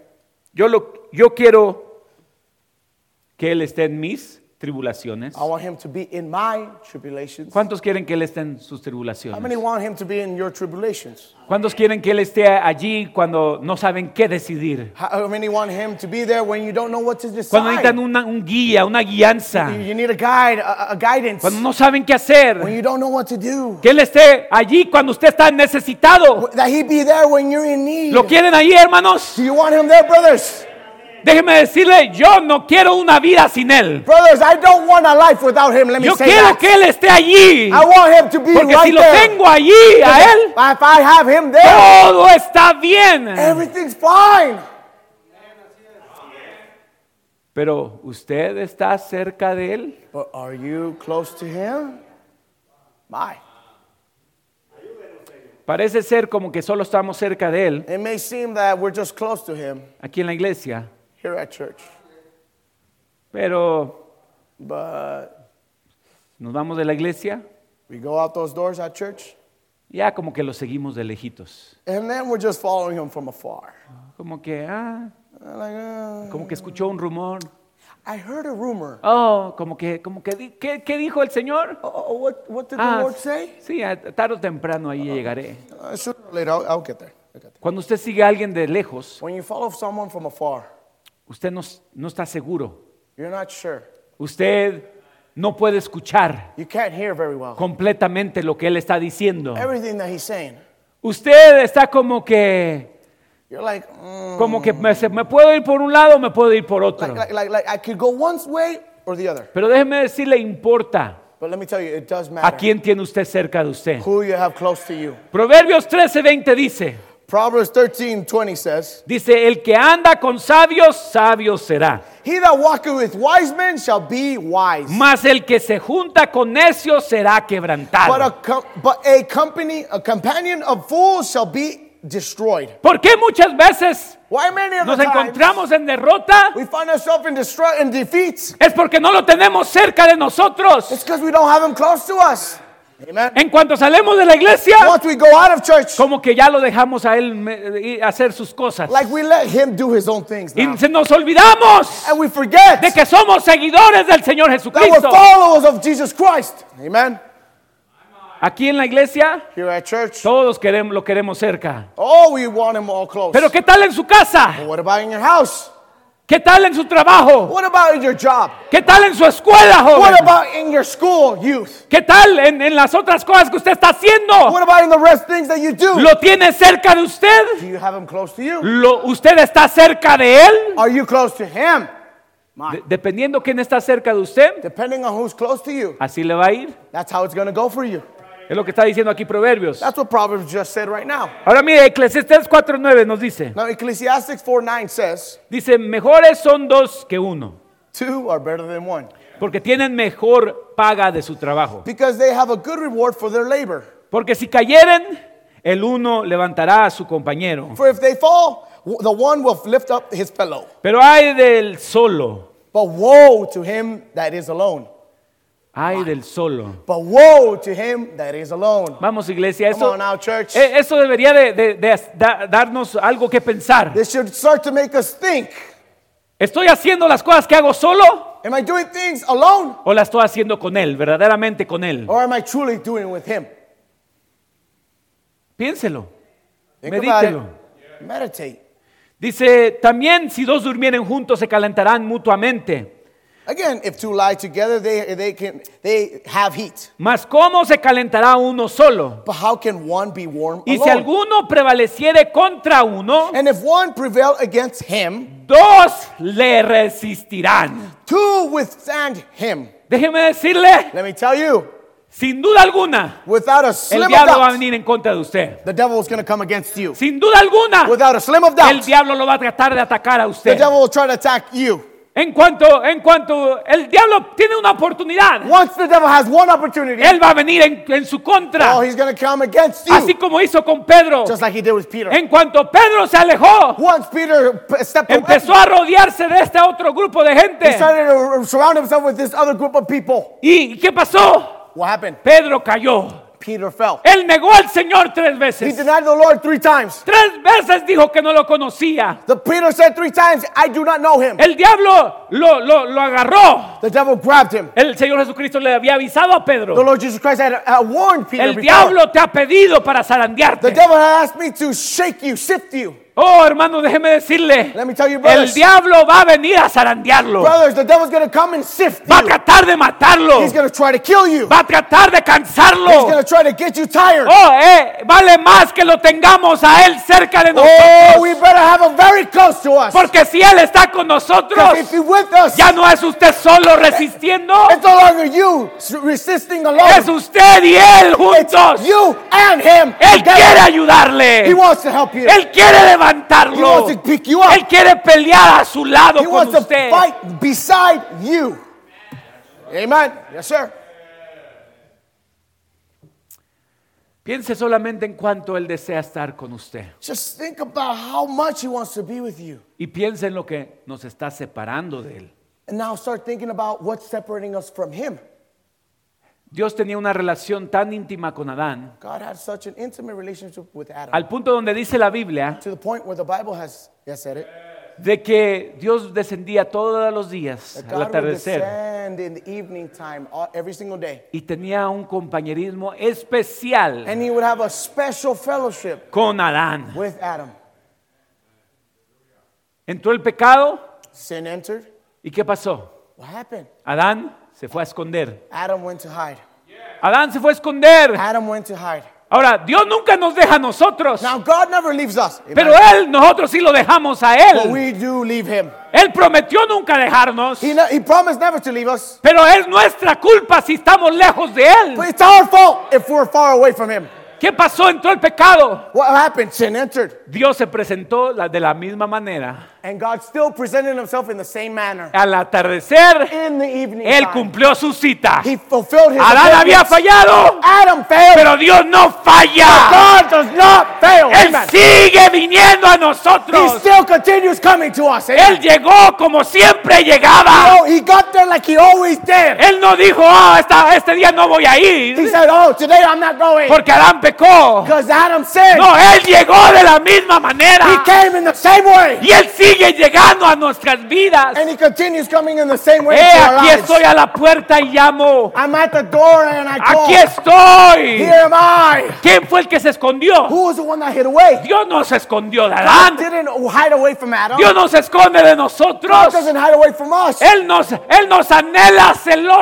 D: yo lo, yo quiero que él esté en mis tribulaciones.
E: I want him to be in my tribulations. How
D: ¿Cuántos quieren que Él esté en sus
E: many
D: tribulaciones?
E: want him to be in your tribulations?
D: ¿Cuántos quieren que Él esté allí cuando no saben qué decidir?
E: How how many want him to be there when you don't know what to
D: Cuando necesitan
E: decide?
D: una- un guía, una
E: You
D: guianza.
E: you need a guide, a, a guidance.
D: Cuando no saben qué
E: When
D: hacer.
E: you don't know what to do.
D: Que Él esté allí cuando usted está necesitado.
E: That he be there when you're in need.
D: ¿Lo quieren ahí, hermanos?
E: Do you want him there, brothers?
D: déjeme decirle, yo no quiero una vida sin Él.
E: Brothers, I don't want a life without him. Let me
D: Yo
E: say
D: quiero
E: that.
D: que Él esté allí.
E: I want him to be
D: Porque
E: right
D: si lo
E: there.
D: tengo allí, a Él,
E: If I have him there,
D: todo está bien.
E: everything's fine.
D: Pero usted está cerca de Él.
E: But are you close to him? My.
D: Parece ser como que solo estamos cerca de Él
E: It may seem that we're just close to him
D: aquí en la iglesia.
E: here at church,
D: Pero
E: but
D: nos vamos de la iglesia,
E: we go out those doors at church,
D: ya como que lo seguimos de lejitos.
E: and then we're just following him from afar.
D: Como que, ah,
E: Like, uh,
D: como que escuchó un rumor.
E: I heard a rumor.
D: Oh, como que, como que, di- ¿qué, qué dijo el Señor?
E: Oh, oh, what, what did
D: Ah,
E: the Lord say?
D: sí, a- tarde o temprano ahí llegaré.
E: Uh, sooner or later, I'll, I'll get there. I'll get there.
D: Cuando usted sigue a alguien de lejos,
E: When you follow someone from afar,
D: usted no, s- no está seguro.
E: you're not sure.
D: Usted no puede escuchar
E: You can't hear very well
D: completamente lo que él está diciendo.
E: everything that he's saying.
D: Usted está como que,
E: You're like, mm,
D: como que me, se- me puedo ir por un lado o me puedo ir por otro.
E: like, like, like, like, I could go one way or the other.
D: Pero déjeme decirle, importa
E: But let me tell you, it does
D: a
E: matter
D: quién tiene usted cerca de usted.
E: who you have close to you.
D: Proverbios 13:20 dice,
E: Proverbs 13 20 says,
D: dice, el que anda con sabios, sabio será.
E: He that walketh with wise men shall be wise.
D: Mas el que se junta con necios será
E: But a,
D: quebrantado.
E: com- but a company, a companion of fools shall be destroyed.
D: ¿Por qué muchas veces
E: Why many of
D: nos
E: the times
D: encontramos en derrota?
E: we find ourselves in distress and defeat?
D: Es porque no lo tenemos cerca de nosotros.
E: It's because we don't have him close to us. Amen.
D: En cuanto salimos de la iglesia,
E: Once we go out of church,
D: como que ya lo dejamos a él me- ir a hacer sus cosas.
E: like we let him do his own things now.
D: Y se nos olvidamos
E: And we forget
D: de que somos seguidores del Señor
E: that we're
D: Jesucristo.
E: followers of Jesus Christ. Amen.
D: Aquí en la iglesia,
E: Here at church,
D: todos queremos, lo queremos cerca.
E: oh, we want him all close.
D: Pero ¿qué tal en su casa?
E: What about in your house?
D: ¿Qué tal en su trabajo?
E: What about in your job?
D: ¿Qué tal en su escuela, joven?
E: What about in your school, youth?
D: ¿Qué tal en, en las otras cosas que usted está haciendo?
E: What about in the rest things that you do?
D: ¿Lo tiene cerca de usted?
E: Do you have him close to you?
D: ¿Lo, ¿Usted está cerca de él?
E: Are you close to him?
D: De- dependiendo quién está cerca de usted,
E: Depending on who's close to you,
D: así le va a ir.
E: that's how it's going to go for you.
D: Es lo que está diciendo aquí Proverbios.
E: That's what Proverbs just said right now.
D: Ahora mire, Eclesiastés 4.9 nos dice,
E: Now, Ecclesiastes 4 9 says,
D: dice, mejores son dos que uno,
E: Two are better than one
D: porque tienen mejor paga de su trabajo.
E: because they have a good reward for their labor.
D: Porque si cayeren, el uno levantará a su compañero.
E: For if they fall, w- the one will lift up his fellow.
D: Pero hay del solo,
E: But woe to him that is alone.
D: hay del solo.
E: But woe to him that is alone.
D: Vamos iglesia,
E: Come
D: eso,
E: on now, church.
D: eh, eso debería de, de- de da- darnos algo que pensar.
E: This should start to make us think.
D: ¿Estoy haciendo las cosas que hago solo
E: Am I doing things alone
D: o las estoy haciendo con él, verdaderamente con él?
E: or am I truly doing with him?
D: Piénselo,
E: Think about it.
D: medítelo.
E: Meditate.
D: Dice, también si dos durmieren juntos se calentarán mutuamente.
E: Again, if two lie together, they, they, can, they have heat.
D: Mas ¿cómo se calentará uno solo?
E: But how can one be warm
D: Y
E: alone?
D: si
E: Eh.
D: alguno prevaleciere contra uno,
E: And if one prevail against him,
D: dos le resistirán.
E: two withstand him.
D: Déjeme decirle,
E: Let me tell you,
D: sin duda alguna,
E: without a
D: el
E: slim of
D: diablo va a
E: doubt,
D: venir en contra de usted.
E: the devil is going to come against you.
D: Sin duda alguna,
E: Without a slim of
D: el
E: doubt,
D: diablo lo va a tratar de atacar a
E: the
D: usted.
E: devil will try to attack you.
D: En cuanto, en cuanto el diablo tiene una oportunidad,
E: Once the devil has one opportunity,
D: él va a venir en, en su contra.
E: oh, he's going to come against you.
D: Así como hizo con Pedro.
E: Just like he did with Peter.
D: En cuanto Pedro se alejó,
E: Once Peter p- stepped away,
D: empezó a rodearse de este otro grupo de
E: he
D: gente.
E: started to surround himself with this other group of people.
D: ¿Y qué pasó?
E: What happened?
D: Pedro cayó.
E: Peter fell.
D: Él negó al Señor tres
E: He
D: veces.
E: denied the Lord three times.
D: Tres veces dijo que no lo conocía.
E: The Peter said three times, I do not know him.
D: El diablo lo, lo, lo agarró.
E: The devil grabbed him.
D: El Señor Jesucristo le había avisado a
E: The
D: Pedro.
E: Lord Jesus Christ had uh, warned Peter
D: El
E: before.
D: diablo te ha pedido para
E: The
D: zarandearte.
E: devil had asked me to shake you, sift you.
D: Oh, hermano, déjeme decirle.
E: Let me tell you,
D: El
E: brothers.
D: diablo va a venir a zarandearlo. Va
E: Brothers, the devil's going to come and sift
D: a
E: you.
D: tratar de matarlo.
E: He's going to try to kill you.
D: Va a tratar de
E: He's going
D: cansarlo.
E: to try to get you tired.
D: Oh, eh, vale más que lo tengamos a él cerca de
E: Oh, we
D: nosotros.
E: better have him very close to us.
D: Porque si él está con nosotros,
E: 'Cause if he's with us,
D: ya no es usted solo resistiendo.
E: it's no longer you s- resisting alone.
D: Es usted y él juntos.
E: It's you and him.
D: Él
E: together.
D: quiere ayudarle.
E: He wants to help you.
D: Él quiere
E: He
D: levantarlo.
E: wants to pick you up.
D: Él quiere pelear a su lado
E: He
D: con
E: wants to
D: usted.
E: fight beside you. Amen. Yes, sir.
D: Piense solamente en cuánto Él desea estar con usted.
E: Just think about how much he wants to be with you.
D: Y piense en lo que nos está separando de Él.
E: And now start thinking about what's separating us from him.
D: Dios tenía una relación tan íntima con Adán,
E: God had such an intimate relationship with Adam
D: al punto donde dice la Biblia,
E: to the point where the Bible has, yes, said it,
D: de que Dios descendía todos los días
E: that
D: al
E: God would
D: atardecer
E: descend in the evening time all- every single day.
D: y tenía un compañerismo especial
E: And he would have a special fellowship
D: con Adán.
E: with Adam.
D: Entró el pecado
E: Sin entered.
D: y ¿qué pasó?
E: What happened?
D: Adán se fue a esconder.
E: Adam went to hide.
D: Adán se fue a esconder.
E: Adam went to hide.
D: Ahora, Dios nunca nos deja a nosotros,
E: Now, God never leaves us. Amen.
D: pero Él, nosotros sí lo dejamos a
E: But
D: Él.
E: we do leave him.
D: Él prometió nunca dejarnos,
E: He, ne- he promised never to leave us.
D: pero es nuestra culpa si estamos lejos de Él.
E: But it's our fault if we're far away from him.
D: ¿Qué pasó? Entró el pecado.
E: What happened? Sin entered.
D: Dios se presentó la- de la misma manera.
E: And God still presented himself in the same manner.
D: Al atardecer,
E: In the evening
D: Él
E: time,
D: cumplió su cita.
E: He fulfilled his
D: Adán había
E: appointments.
D: fallado,
E: Adam failed.
D: pero Dios no falla.
E: God does not fail.
D: Él
E: Amen.
D: sigue viniendo a
E: He
D: nosotros.
E: still continues coming to us. Amen.
D: Él llegó como siempre llegaba.
E: Oh, he got there like he always did.
D: Él no dijo, ah, esta- este día no voy a
E: He
D: ir
E: said, Oh, today I'm not going.
D: porque Adán pecó.
E: Because Adam said,
D: No, Él llegó de la misma manera.
E: He came in the same way.
D: Y Él sigue llegando a nuestras vidas.
E: And he continues coming in the same way.
D: Eh,
E: to our
D: aquí
E: lives.
D: estoy a la puerta y llamo.
E: I'm at the door and I call.
D: Aquí estoy.
E: Here am I.
D: ¿Quién fue el que se escondió?
E: Who was the one that hid away?
D: Dios no se escondió de
E: God
D: Adán.
E: didn't hide away from Adam.
D: Dios no se esconde de
E: God
D: nosotros.
E: doesn't hide away from us.
D: Él nos, él nos anhela
E: Oh, he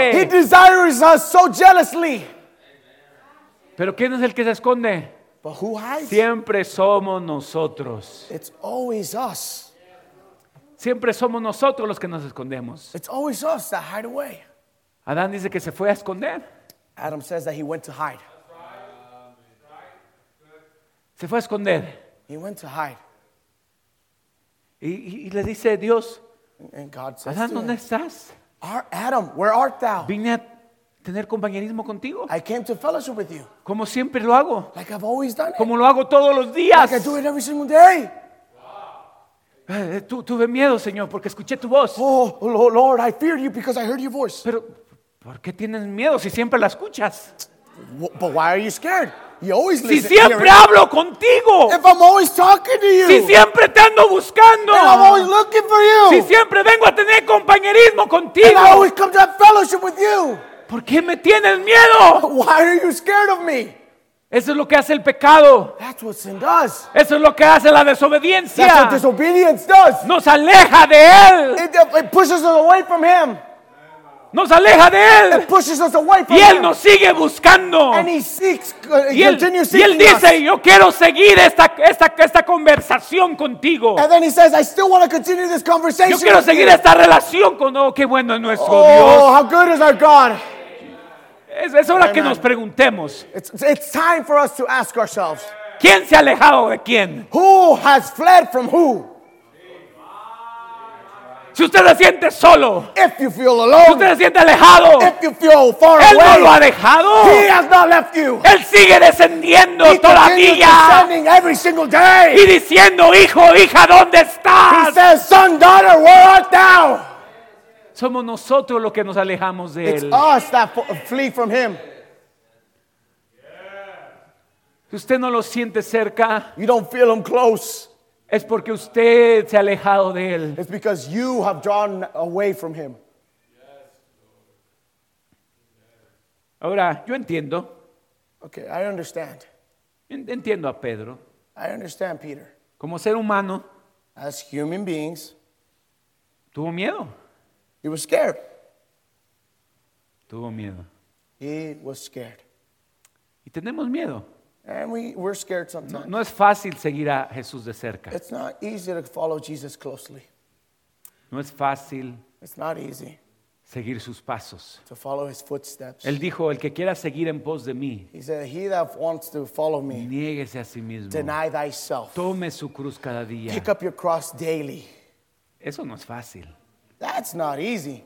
D: celosamente.
E: desires us so jealously.
D: Pero ¿quién es el que se esconde?
E: But who hides?
D: Siempre somos nosotros.
E: It's always us.
D: Siempre somos nosotros los que nos escondemos.
E: It's always us that hide away.
D: Adán dice que se fue a esconder.
E: Adam says that he went to hide.
D: Se fue a esconder.
E: He went to hide.
D: Y, y- y le dice Dios,
E: And God says,
D: Adán,
E: to
D: ¿dónde
E: him,
D: estás?
E: "Ar- Adam, where art thou?
D: Vine a tener compañerismo contigo,
E: I came to fellowship with you,
D: como siempre lo hago,
E: like I've always done it.
D: como lo hago todos los días.
E: Like I do it every single day.
D: Eh, tu- tuve miedo, Señor, porque escuché tu voz.
E: Oh, Lo- Lord, I feared you because I heard your voice.
D: Pero, ¿por qué tienes miedo si siempre la escuchas?
E: Wh- But why are you scared? You always
D: Si
E: listen. hear
D: siempre
E: it.
D: hablo contigo,
E: If I'm always talking to you,
D: si siempre te ando buscando,
E: and I'm always looking for you,
D: si siempre vengo a tener compañerismo
E: and I
D: contigo,
E: always come to have fellowship with you,
D: ¿por qué me tienes miedo?
E: why are you scared of me?
D: Eso es lo que hace el pecado.
E: That's what sin does.
D: Eso es lo que hace la
E: That's
D: desobediencia.
E: what disobedience does.
D: Nos aleja de Él.
E: It, it pushes us away from Him.
D: Nos aleja de Él.
E: It pushes us away from
D: Y Él
E: Him.
D: nos sigue buscando.
E: And he seeks, uh,
D: Y él,
E: continues
D: y él
E: seeking us.
D: dice, yo quiero seguir esta, esta, esta conversación contigo.
E: And then he says, I still want to continue this conversation.
D: Yo quiero
E: with
D: seguir
E: you."
D: esta relación con... Oh, qué bueno es nuestro
E: Oh,
D: Dios.
E: how good is our God.
D: Es, es hora que
E: Amen.
D: nos preguntemos,
E: It's, it's time for us to ask ourselves,
D: ¿quién se ha alejado de quién?
E: who has fled from who?
D: Si usted se siente solo,
E: If you feel
D: si
E: alone,
D: usted se siente alejado,
E: if you feel far
D: Él no lo ha
E: away,
D: dejado.
E: he has not left you.
D: Él sigue descendiendo
E: He continues
D: todavía
E: descending every single
D: y
E: day.
D: diciendo, hijo, hija, ¿dónde
E: He
D: estás?
E: says, son, daughter, where art thou?
D: Somos nosotros los que nos alejamos de
E: It's
D: Él.
E: us that fo- flee from him.
D: Si usted no lo siente cerca,
E: You don't feel him close.
D: es porque usted se ha alejado de Él.
E: It's because you have drawn away from him.
D: Ahora, yo entiendo,
E: Okay, I understand.
D: en- entiendo a Pedro.
E: I understand, Peter.
D: como ser humano,
E: as human beings,
D: tuvo miedo.
E: he was scared.
D: Tuvo miedo.
E: He was scared.
D: Y tenemos miedo.
E: And we, we're scared
D: No,
E: sometimes.
D: no es fácil seguir a Jesús de cerca.
E: It's not easy to follow Jesus closely.
D: No es fácil
E: It's not easy
D: seguir sus pasos.
E: to follow his footsteps.
D: Él dijo, el que quiera seguir en pos de mí,
E: He said, He that wants to follow me,
D: niéguese a sí mismo.
E: deny thyself.
D: Tome su cruz cada día.
E: Pick up your cross daily.
D: Eso no es fácil.
E: That's not easy.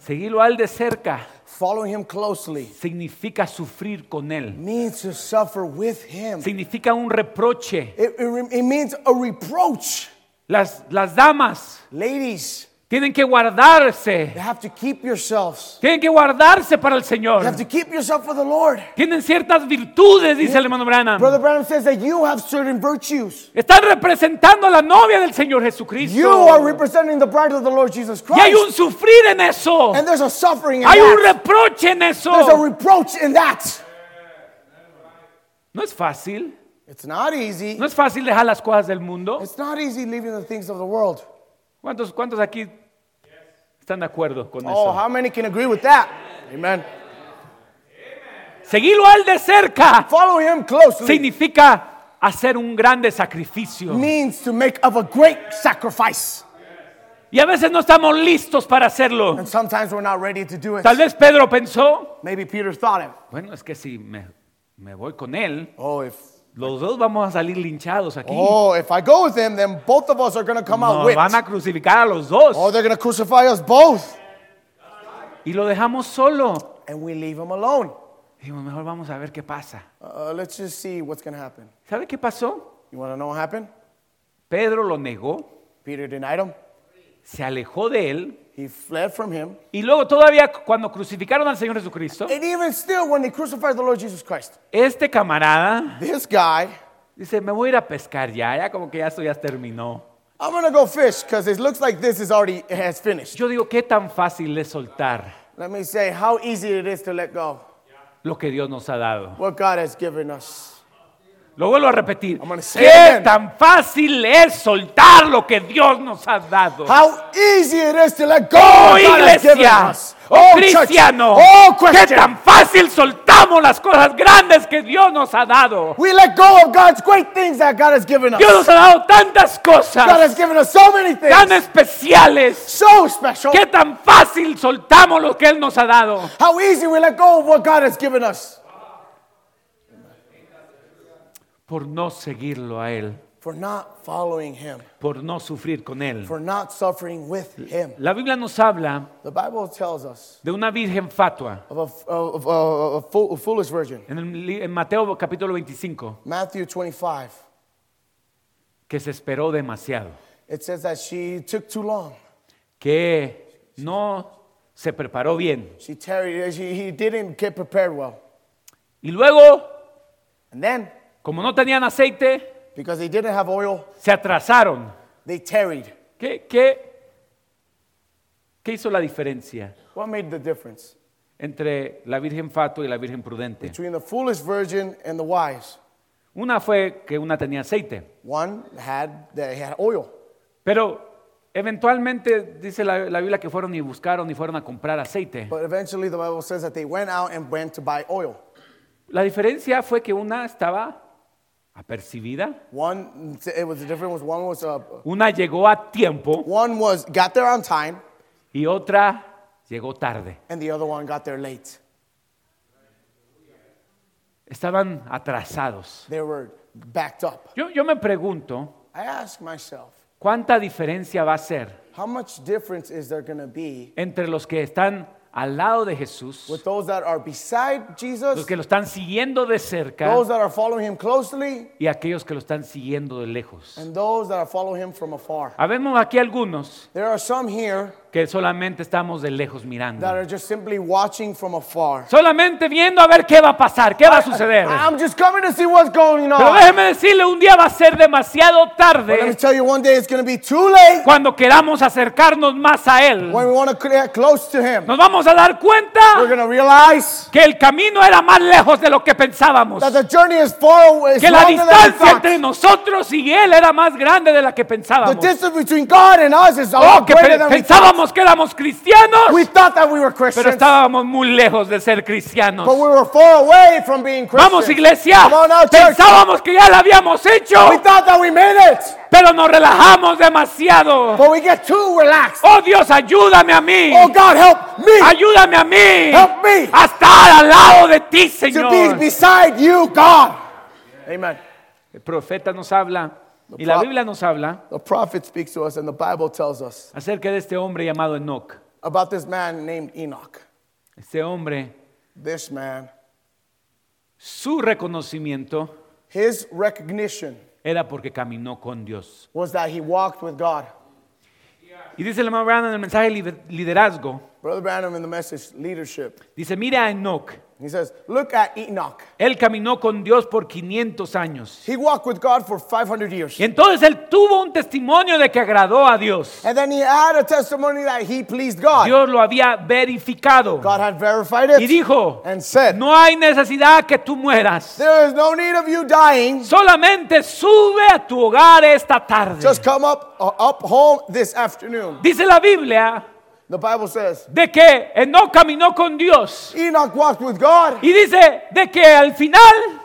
D: Seguirlo a él de cerca
E: Following him closely
D: significa sufrir con él.
E: means to suffer with him.
D: Significa un reproche.
E: It, it re- it means a reproach.
D: Las, las damas
E: Ladies,
D: tienen que guardarse.
E: you have to keep yourselves.
D: Tienen que guardarse para el Señor.
E: You have to keep yourself for the Lord.
D: Tienen ciertas virtudes, dice el hermano Branham.
E: Brother Branham says that you have certain virtues.
D: Están representando a la novia del Señor Jesucristo.
E: You are representing the bride of the Lord Jesus
D: y hay un
E: Christ.
D: sufrir en eso.
E: And there's a suffering in
D: Hay un
E: that.
D: reproche en eso.
E: There's a reproach in that.
D: No es fácil.
E: It's not easy.
D: No es fácil dejar las cosas del mundo.
E: It's not easy leaving the things of the world.
D: ¿Cuántos, cuántos aquí están de acuerdo con
E: Oh,
D: eso?
E: how many can agree with that? Amen.
D: Seguirlo al de cerca
E: Follow him closely
D: significa hacer un grande sacrificio.
E: means to make of a great sacrifice.
D: Y a veces no estamos listos para hacerlo.
E: And sometimes we're not ready to do it.
D: Tal vez Pedro pensó,
E: Maybe Peter thought it.
D: bueno, es que si me, me voy con él,
E: Oh, if
D: los dos vamos a salir linchados aquí.
E: oh, if I go with him, then both of us are going to come out
D: Nos
E: whipped.
D: van a crucificar a los
E: Oh,
D: dos.
E: they're going to crucify us both.
D: Y lo dejamos solo.
E: And we leave him alone.
D: Dijimos, mejor vamos a ver qué pasa.
E: Uh, let's just see what's going to happen.
D: ¿Sabe qué pasó?
E: You want to know what happened?
D: Pedro lo negó,
E: Peter denied him.
D: se alejó de él
E: He fled from him.
D: Y luego todavía cuando crucificaron al Señor Jesucristo,
E: And even still, when they crucified the Lord Jesus Christ,
D: este camarada
E: this guy,
D: dice, me voy a ir a pescar ya, ya como que ya esto ya terminó.
E: I'm going to go fish because it looks like this is already it has finished.
D: Yo digo, ¿qué tan fácil es soltar
E: Let me say how easy it is to let go
D: lo que Dios nos ha dado?
E: what God has given us.
D: Lo vuelvo a repetir.
E: I'm gonna say it
D: ¿Qué
E: again.
D: tan fácil es soltar lo que Dios nos ha dado?
E: How easy it is to let go
D: Oh
E: what God has given
D: iglesia,
E: us.
D: oh
E: church,
D: cristiano,
E: oh
D: qué
E: Christian,
D: tan fácil soltamos las cosas grandes que Dios nos ha dado.
E: we let go of God's great things that God has given us.
D: Dios nos ha dado tantas
E: God
D: cosas
E: has given us so many things,
D: tan especiales.
E: so special.
D: ¿Qué tan fácil soltamos lo que Él nos ha dado?
E: How easy we let go of what God has given us
D: Por no seguirlo a Él,
E: for not following Him,
D: por no sufrir con Él.
E: for not suffering with Him.
D: La Biblia nos habla
E: The Bible tells us
D: de una virgen fatua
E: of a, of, of- of a fool- foolish virgin.
D: en, el li- en Mateo capítulo 25
E: Matthew 25.
D: que se esperó demasiado,
E: It says that she took too long.
D: que no se preparó bien.
E: She tarried. She, he didn't get prepared well.
D: Y luego,
E: And then,
D: como no tenían aceite,
E: because they didn't have oil,
D: se atrasaron.
E: they tarried.
D: ¿Qué, qué, qué hizo la diferencia
E: What made the difference
D: entre la virgen fatua y la virgen prudente?
E: between the foolish virgin and the wise?
D: Una fue que una tenía aceite.
E: One had that had oil,
D: Pero eventualmente dice la, la Biblia que fueron y buscaron y fueron a comprar aceite.
E: but eventually the Bible says that they went out and went to buy oil.
D: La diferencia fue que una estaba apercibida,
E: One, it was the difference was one was uh,
D: una llegó a tiempo
E: one was got there on time,
D: y otra llegó tarde.
E: and the other one got there late.
D: Estaban atrasados.
E: They were backed up.
D: Yo, yo me pregunto,
E: I ask myself,
D: ¿cuánta diferencia va a ser
E: how much difference is there going to be
D: entre los que están al lado de
E: with
D: Jesús,
E: those that are beside
D: los
E: Jesus,
D: que lo están siguiendo de cerca
E: those that are following him closely,
D: y aquellos que lo están siguiendo de lejos?
E: and those that are following him from afar?
D: Habemos aquí algunos
E: There are some here
D: que solamente estamos de lejos mirando.
E: that are just simply watching from afar.
D: Solamente viendo a ver qué va a pasar, qué va a suceder.
E: I'm just coming to see what's going
D: Pero
E: on.
D: déjeme decirle, un día va a ser demasiado
E: But let me
D: tarde
E: tell you, one day it's going to be too late
D: cuando queramos acercarnos más a Él.
E: when we want to get close to Him.
D: Nos vamos a dar
E: We're
D: cuenta
E: going to realize
D: que el camino era más lejos de lo que pensábamos.
E: that the journey is far away. is
D: Que la
E: longer than we
D: distancia
E: thought.
D: entre nosotros y Él era más grande de la que
E: The
D: pensábamos.
E: distance between God and us is a
D: Oh,
E: lot
D: que
E: greater
D: pe-
E: than we thought.
D: pensábamos que éramos cristianos,
E: We thought that we were
D: pero
E: Christians, but
D: estábamos muy lejos de ser
E: we
D: cristianos.
E: were far away from being Christians.
D: Vamos iglesia,
E: Come on now, church.
D: pensábamos que ya lo habíamos hecho,
E: We thought that we made it,
D: pero nos relajamos demasiado.
E: but we get too relaxed.
D: Oh Dios, ayúdame a mí.
E: Oh God, help me
D: Ayúdame a mí
E: Help me.
D: a estar al lado de ti,
E: to
D: Señor.
E: be beside you, God. Amen.
D: El profeta nos habla y
E: The
D: la
E: pro-
D: Biblia nos habla
E: The prophet speaks to us, and the Bible tells us
D: acerca de este hombre llamado Enoch.
E: about this man named Enoch.
D: Este hombre,
E: This man,
D: su reconocimiento
E: his recognition
D: era porque caminó con Dios.
E: was that he walked with God.
D: Y dice el hermano Branham en el mensaje liber- liderazgo,
E: Brother Branham in the message, leadership,
D: dice, mira a Enoch,
E: he says, Look at Enoch.
D: él caminó con Dios por 500 años.
E: He walked with God for 500 years.
D: Y entonces él tuvo un testimonio de que agradó a Dios.
E: And then he had a testimony that he pleased God.
D: Dios lo había verificado.
E: God had verified
D: Y
E: it
D: dijo,
E: and said,
D: no hay necesidad que tú mueras.
E: There is no need of you dying.
D: Solamente sube a tu hogar esta tarde.
E: Just come up, uh, up home this afternoon.
D: Dice la Biblia
E: The Bible says,
D: de que Enoch caminó con Dios.
E: Enoch walked with God.
D: Y dice de que al final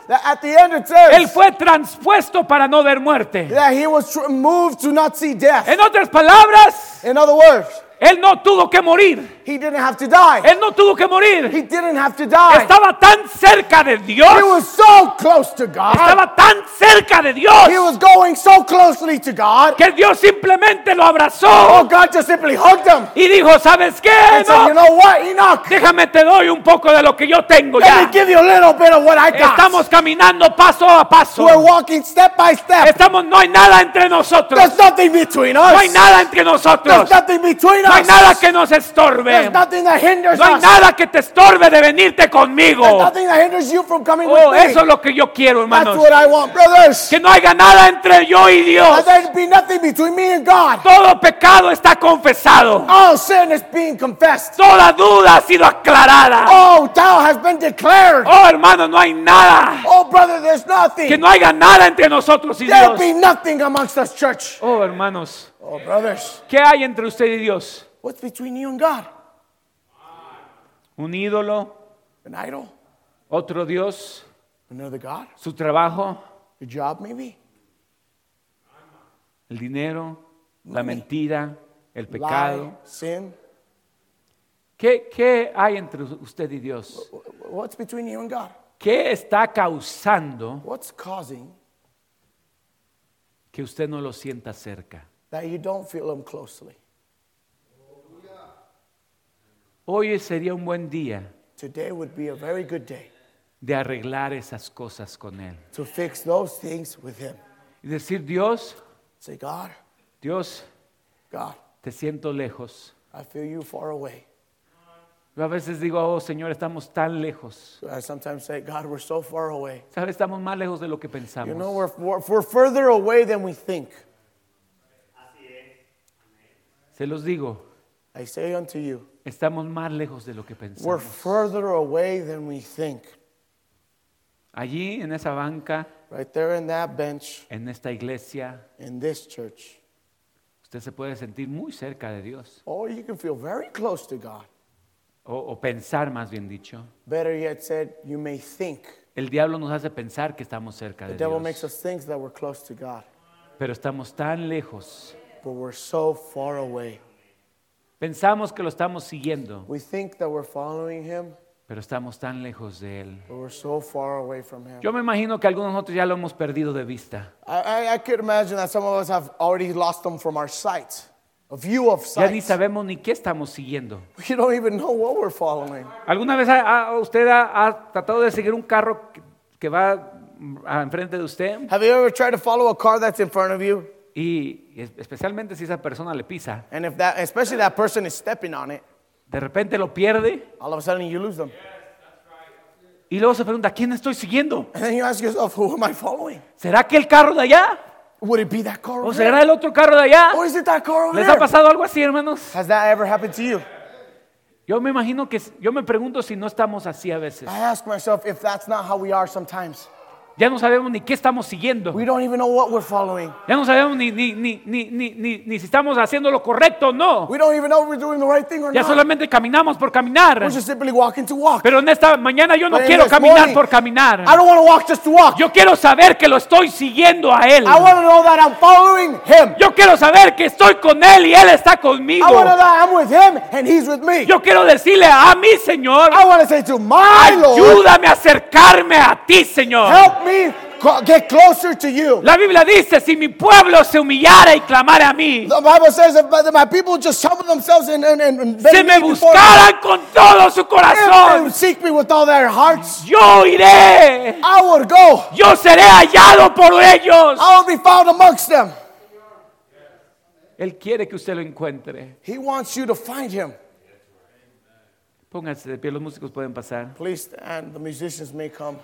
E: That at the end it
D: él
E: says
D: fue transpuesto para no ver muerte.
E: that he was tr- moved to not see death.
D: En otras palabras,
E: In other words,
D: él no tuvo que morir.
E: he didn't have to die.
D: Él no tuvo que
E: He
D: morir.
E: didn't have to die.
D: Estaba tan cerca de
E: He
D: Dios.
E: was so close to God.
D: Estaba tan cerca de
E: He
D: Dios
E: was going so closely to God.
D: que Dios simplemente lo
E: Oh,
D: abrazó
E: God just simply hugged him
D: y dijo, ¿sabes qué?
E: and said, You
D: Enoch?
E: know what, Enoch?
D: Déjame te doy un poco de lo que yo tengo
E: Let
D: ya.
E: me give you a little bit of what I got.
D: Estamos caminando paso a paso.
E: We're walking step by step.
D: Estamos, no hay nada entre nosotros.
E: There's nothing between us.
D: No hay nada entre nosotros.
E: There's nothing between
D: No hay
E: us.
D: nada que nos
E: There's
D: estorbe.
E: nothing that hinders
D: No hay
E: us.
D: nada que te estorbe de venirte
E: There's
D: conmigo.
E: nothing that hinders you from coming
D: Oh,
E: with me.
D: eso es lo que yo quiero,
E: That's
D: hermanos.
E: what I want, brothers.
D: Que no haya nada entre yo y Dios.
E: That there be nothing between me and God.
D: Todo pecado está confesado.
E: All sin is being confessed.
D: Toda duda ha sido aclarada.
E: All doubt has been declared.
D: Oh, hermano, no hay nada.
E: Oh, brother, there's
D: Que
E: nothing.
D: no haya nada entre nosotros y
E: There
D: Dios.
E: be nothing amongst us, church.
D: Oh, hermanos,
E: Oh, brothers,
D: ¿qué hay entre usted y Dios?
E: what's between you and God?
D: Un ídolo,
E: An idol?
D: otro Dios,
E: Another God?
D: su trabajo,
E: Your job, maybe?
D: el dinero, la
E: Money.
D: mentira, el
E: Lie,
D: pecado.
E: sin?
D: ¿Qué, qué hay entre usted y Dios?
E: Wh- What's between you and God?
D: ¿Qué está causando
E: What's causing
D: que usted no lo sienta cerca?
E: that you don't feel Him closely?
D: Hoy sería un buen día
E: Today would be a very good day
D: de arreglar esas cosas con Él.
E: to fix those things with Him.
D: Y decir, Dios,
E: Say, God,
D: Dios,
E: God,
D: te siento lejos.
E: I feel you far away.
D: Yo a veces digo, oh Señor, estamos tan lejos.
E: I sometimes say, God, we're so far away.
D: ¿Sabes? Estamos más lejos de lo que
E: You know,
D: pensamos.
E: we're, we're, we're further away than we think.
D: Se los digo,
E: I say unto you,
D: estamos más lejos de lo que
E: we're
D: pensamos.
E: further away than we think.
D: Allí, en esa banca,
E: Right there in that bench
D: en esta iglesia,
E: in this church.
D: usted se puede sentir muy cerca de Dios.
E: Or Oh, you can feel very close to God.
D: O, o pensar, más bien dicho.
E: Better yet said, you may think.
D: El diablo nos hace pensar que estamos cerca
E: The
D: de
E: devil makes
D: Dios.
E: us think that we're close to God,
D: Pero estamos tan lejos.
E: but we're so far away.
D: Pensamos que lo estamos siguiendo,
E: We think that we're following him,
D: pero estamos tan lejos de Él.
E: but we're so far away from him.
D: Yo me imagino que algunos de nosotros ya lo hemos perdido de vista.
E: I, I, I could imagine that some of us have already lost them from our sight, a view of
D: Ya ni
E: sight.
D: sabemos ni qué estamos siguiendo.
E: We don't even know what we're following.
D: ¿Alguna vez ha- ha- usted ha, ha tratado de seguir un carro que, que va a- enfrente de usted?
E: Have you ever tried to follow a car that's in front of you?
D: y es- especialmente si esa persona le pisa,
E: And if that, especially that person is stepping on it,
D: de repente lo pierde
E: all of a sudden you lose them.
D: y luego se pregunta, ¿quién estoy siguiendo?
E: And then you ask yourself, who am I following?
D: ¿Será que el carro de allá?
E: Would it be that car
D: ¿O
E: over
D: será
E: there?
D: el otro carro de allá?
E: Or is it that car over
D: ¿Les ha
E: there?
D: pasado algo así, hermanos?
E: Has that ever happened to you?
D: Yo me imagino que, yo me pregunto si no estamos así a veces.
E: I ask myself if that's not how we are sometimes.
D: Ya no sabemos ni qué estamos siguiendo.
E: We don't even know what we're following.
D: Ya no sabemos ni, ni, ni, ni, ni, ni, ni si estamos haciendo lo correcto o no.
E: We don't even know if we're doing the right thing or
D: Ya
E: not.
D: solamente caminamos por caminar.
E: We're just simply walking to walk.
D: Pero en esta mañana yo no
E: But in
D: quiero
E: this
D: caminar
E: morning,
D: por caminar.
E: I don't want to walk just to walk.
D: Yo quiero saber que lo estoy siguiendo a Él.
E: I want to know that I'm following Him.
D: Yo quiero saber que estoy con Él y Él está conmigo.
E: I want to know that I'm with Him and He's with me.
D: Yo quiero decirle a mi Señor,
E: I want to say to my Lord,
D: ayúdame a acercarme a ti, Señor.
E: help me co- get closer to you.
D: La Biblia dice, si mi pueblo se humillara y clamara a mí,
E: The Bible says that my- that my people just humble themselves and and and, and
D: si
E: beg
D: me
E: me before me.
D: buscaran con todo su
E: If they
D: corazón,
E: seek me with all their hearts,
D: yo iré,
E: I will go.
D: yo seré hallado por ellos.
E: I will be found amongst them.
D: Él quiere que usted lo encuentre.
E: He wants you to find Him.
D: Pónganse de pie, los músicos pueden pasar.
E: Please stand. The musicians may come.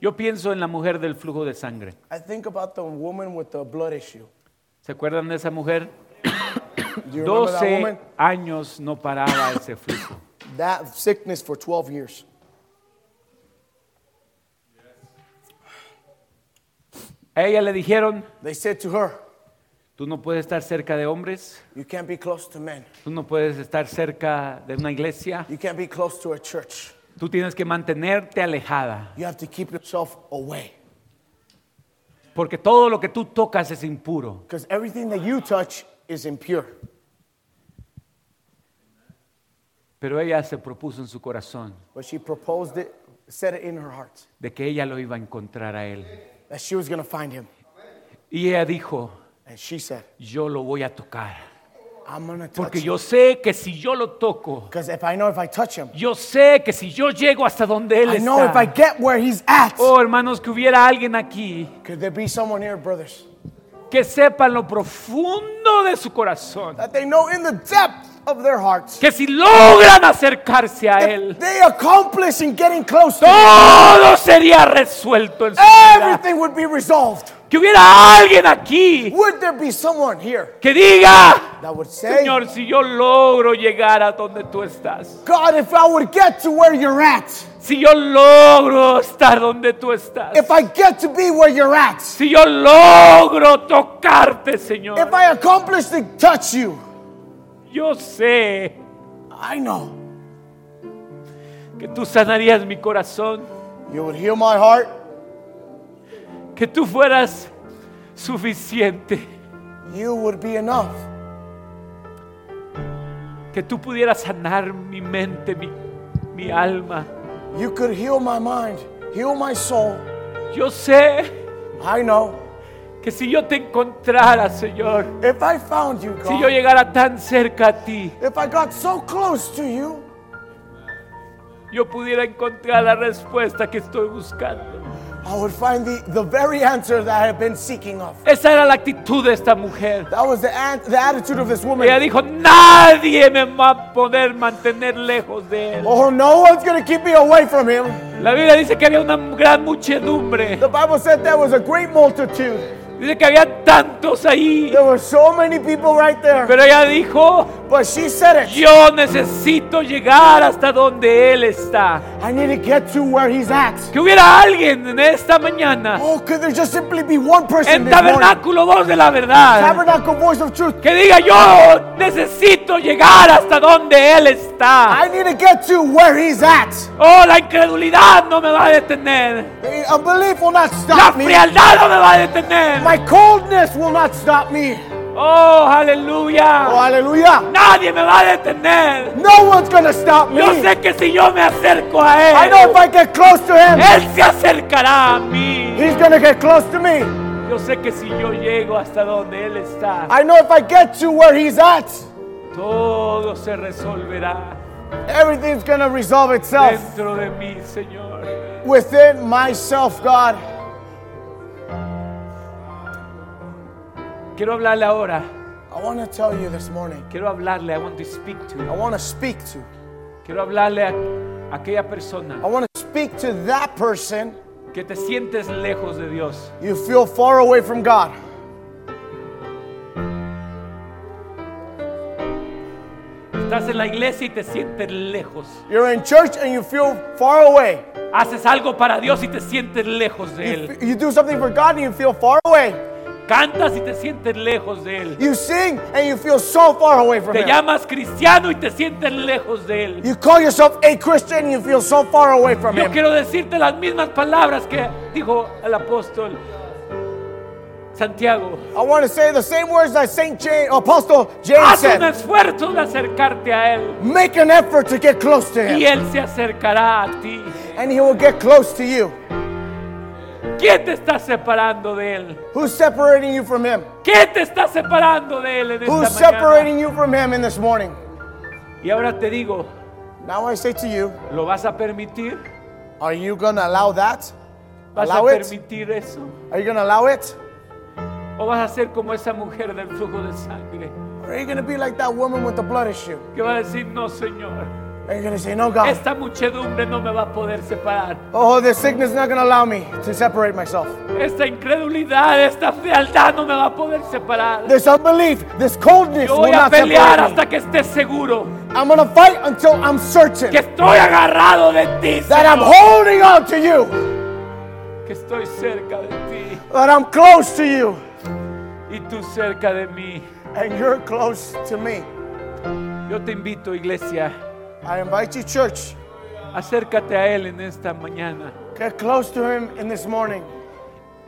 D: Yo pienso en la mujer del flujo de sangre.
E: I think about the woman with the blood issue.
D: ¿Se acuerdan de esa mujer?
E: Do you remember that
D: 12
E: woman?
D: años no paraba ese flujo.
E: That sickness for 12 years.
D: A ella le dijeron,
E: They said to her,
D: tú no puedes estar cerca de hombres,
E: You can't be close to men.
D: tú no puedes estar cerca de una iglesia,
E: You can't be close to a church.
D: tú tienes que mantenerte alejada,
E: You have to keep yourself away.
D: porque todo lo que tú tocas es impuro.
E: Because everything that you touch is impure.
D: Pero ella se propuso en su corazón
E: But she proposed it, said it in her heart,
D: de que ella lo iba a encontrar a él.
E: that she was going to find him.
D: Y ella dijo,
E: And she said,
D: yo lo voy a tocar.
E: I'm going to touch
D: Porque
E: him.
D: yo sé que si yo lo toco,
E: Because if I know if I touch him,
D: yo sé que si yo llego hasta donde él
E: I know if I
D: está.
E: get where he's at.
D: Oh, hermanos, que hubiera alguien aquí
E: Could there be someone here, brothers,
D: que sepa en lo profundo de su corazón
E: that they know in the depth of their hearts,
D: que si logran acercarse a él,
E: if they accomplish in getting close to him,
D: todo sería resuelto en su vida.
E: everything would be resolved?
D: Que hubiera alguien aquí
E: Would there be someone here
D: que diga,
E: that would say,
D: Señor, si yo logro llegar a donde tú estás,
E: God, if I would get to where you're at,
D: si yo logro estar donde tú estás,
E: if I get to be where you're at,
D: si yo logro tocarte, Señor,
E: if I accomplish to touch you,
D: yo sé
E: I know
D: que tú sanarías mi corazón,
E: you would heal my heart.
D: que tú fueras suficiente,
E: You would be enough.
D: que tú pudieras sanar mi mente, mi, mi alma.
E: You could heal my mind, heal my soul.
D: Yo sé
E: I know.
D: que si yo te encontrara, Señor,
E: If I found you,
D: Si yo
E: God,
D: llegara tan cerca a ti,
E: if I got so close to you,
D: yo pudiera encontrar la respuesta que estoy buscando.
E: I would find the, the very answer that I have been seeking of.
D: Esa era la actitud de esta mujer.
E: That was the, an- the attitude of this
D: Ella
E: woman.
D: dijo, nadie me va a poder mantener lejos de él.
E: Oh, no one's going to keep me away from him.
D: La Biblia dice que había una gran muchedumbre.
E: The Bible said there was a great multitude.
D: Dice que había tantos ahí.
E: There were so many people right there.
D: Pero ella dijo,
E: But she said it.
D: yo necesito llegar hasta donde él está.
E: I need to get to where he's at.
D: Que hubiera alguien en esta mañana,
E: Oh, could there just simply be one person
D: en
E: this morning?
D: Tabernáculo 2 de la Verdad,
E: Tabernacle voice of truth.
D: Que diga yo necesito llegar hasta donde Él está.
E: I need to get to where he's at.
D: Oh, la incredulidad no me va a detener.
E: Unbelief will not
D: La
E: stop me.
D: frialdad no me va a detener.
E: My coldness will not stop me.
D: Oh,
E: Oh,
D: aleluya.
E: hallelujah.
D: Nadie me va a detener.
E: No one's gonna stop me.
D: Yo sé que si yo me acerco a
E: I know if
D: Él,
E: I get close to him,
D: Él se acercará a mí.
E: he's gonna get close to me.
D: Yo sé que si yo llego hasta donde Él está,
E: I know if I get to where he's at,
D: Todo se resolverá
E: Everything's going to resolve itself
D: dentro de mí, Señor.
E: within myself, God.
D: Quiero hablarle ahora.
E: I want to tell you this morning.
D: Quiero hablarle. I want to speak to.
E: I
D: you.
E: want to speak to.
D: Quiero hablarle a aquella persona
E: I want to speak to that person.
D: que te sientes lejos de Dios.
E: You feel far away from God.
D: Estás en la iglesia y te sientes lejos.
E: You're in church and you feel far away.
D: Haces algo para Dios y te sientes lejos de
E: You,
D: Él.
E: you do something for God and you feel far away.
D: Cantas y te sientes lejos de Él.
E: You sing and you feel so far away from
D: Te
E: Him.
D: llamas cristiano y te sientes lejos de Él.
E: You call yourself a Christian and you feel so far away from
D: Yo
E: Him.
D: quiero decirte las mismas palabras que dijo el apóstol Santiago.
E: I want to say the same words that Saint James, Apostle James
D: Haz un
E: said.
D: esfuerzo de acercarte a Él
E: Make an effort to get close to
D: y
E: Him
D: Él se acercará a ti.
E: and He will get close to you.
D: ¿Quién te está separando de Él?
E: Who's separating you from Him?
D: ¿Quién te está separando de Él en esta
E: Who's
D: mañana?
E: separating you from Him in this morning?
D: Y ahora te digo,
E: Now I say to you,
D: ¿lo vas a permitir?
E: are you going to allow that?
D: ¿Vas a
E: Allow it?
D: permitir eso?
E: Are you going to allow it?
D: ¿O vas a ser como esa mujer del flujo de sangre
E: Or are you going to be like that woman with the blood issue?
D: que va a decir, no, Señor,
E: Are you going to say, no, God?
D: esta muchedumbre no me va a poder separar?
E: Oh, this sickness is not going to allow me to separate myself.
D: Esta incredulidad, esta fealdad no me va a poder separar.
E: This unbelief, this coldness
D: Yo
E: will
D: voy a
E: not
D: pelear
E: separate me.
D: hasta que estés seguro
E: I'm going to fight until I'm certain
D: que estoy agarrado de ti,
E: that I'm
D: Señor,
E: holding on to you,
D: que estoy cerca de ti
E: that I'm close to you,
D: y tú cerca de mí.
E: and you're close to me.
D: Yo te invito, iglesia,
E: I invite you, church,
D: acércate a Él en esta mañana
E: get close to Him in this morning.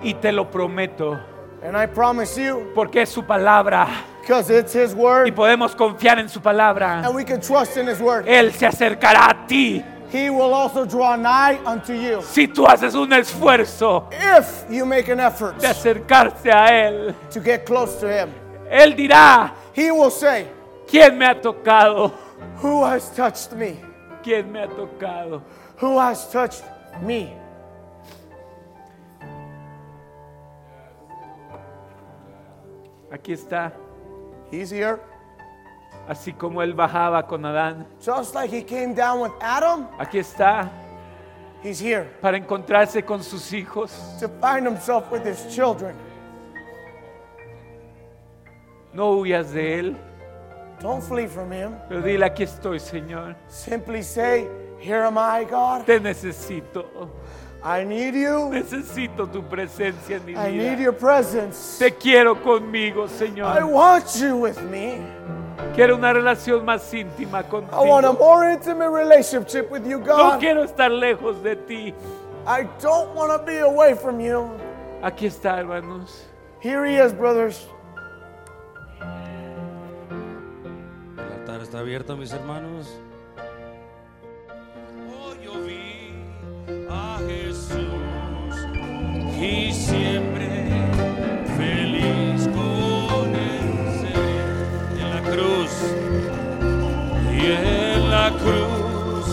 D: y te lo prometo,
E: And I promise you,
D: porque es su palabra
E: because it's His
D: y
E: word,
D: podemos confiar en su palabra.
E: and we can trust in His word,
D: Él se acercará a ti
E: He will also draw nigh unto you.
D: si tú haces un esfuerzo
E: If you make an effort
D: de acercarte a Él.
E: to get close to Him,
D: Él dirá,
E: He will say,
D: ¿quién me ha tocado?
E: Who has touched me?
D: ¿Quién me ha tocado?
E: Who has touched me?
D: Aquí está,
E: He's here.
D: así como él bajaba con Adán.
E: Just like he came down with Adam,
D: Aquí está
E: he's here
D: para encontrarse con sus hijos.
E: to find himself with his children.
D: No huyas de él,
E: Don't flee from him.
D: pero dile, aquí estoy, Señor.
E: Simply say, Here am I, God.
D: Te necesito.
E: I need you.
D: Necesito tu presencia en mi
E: I need
D: vida.
E: your presence.
D: Te quiero conmigo,
E: I
D: Señor.
E: want you with me.
D: Quiero una relación más íntima
E: I want a
D: contigo.
E: more intimate relationship with you,
D: No
E: God.
D: quiero estar lejos de ti.
E: I don't want to be away from you.
D: Aquí está, hermanos.
E: Here he is, brothers.
A: El altar está abierto, mis hermanos. Hoy Oh, yo vi a Jesús y siempre feliz con él seré. en la cruz. Y en la cruz,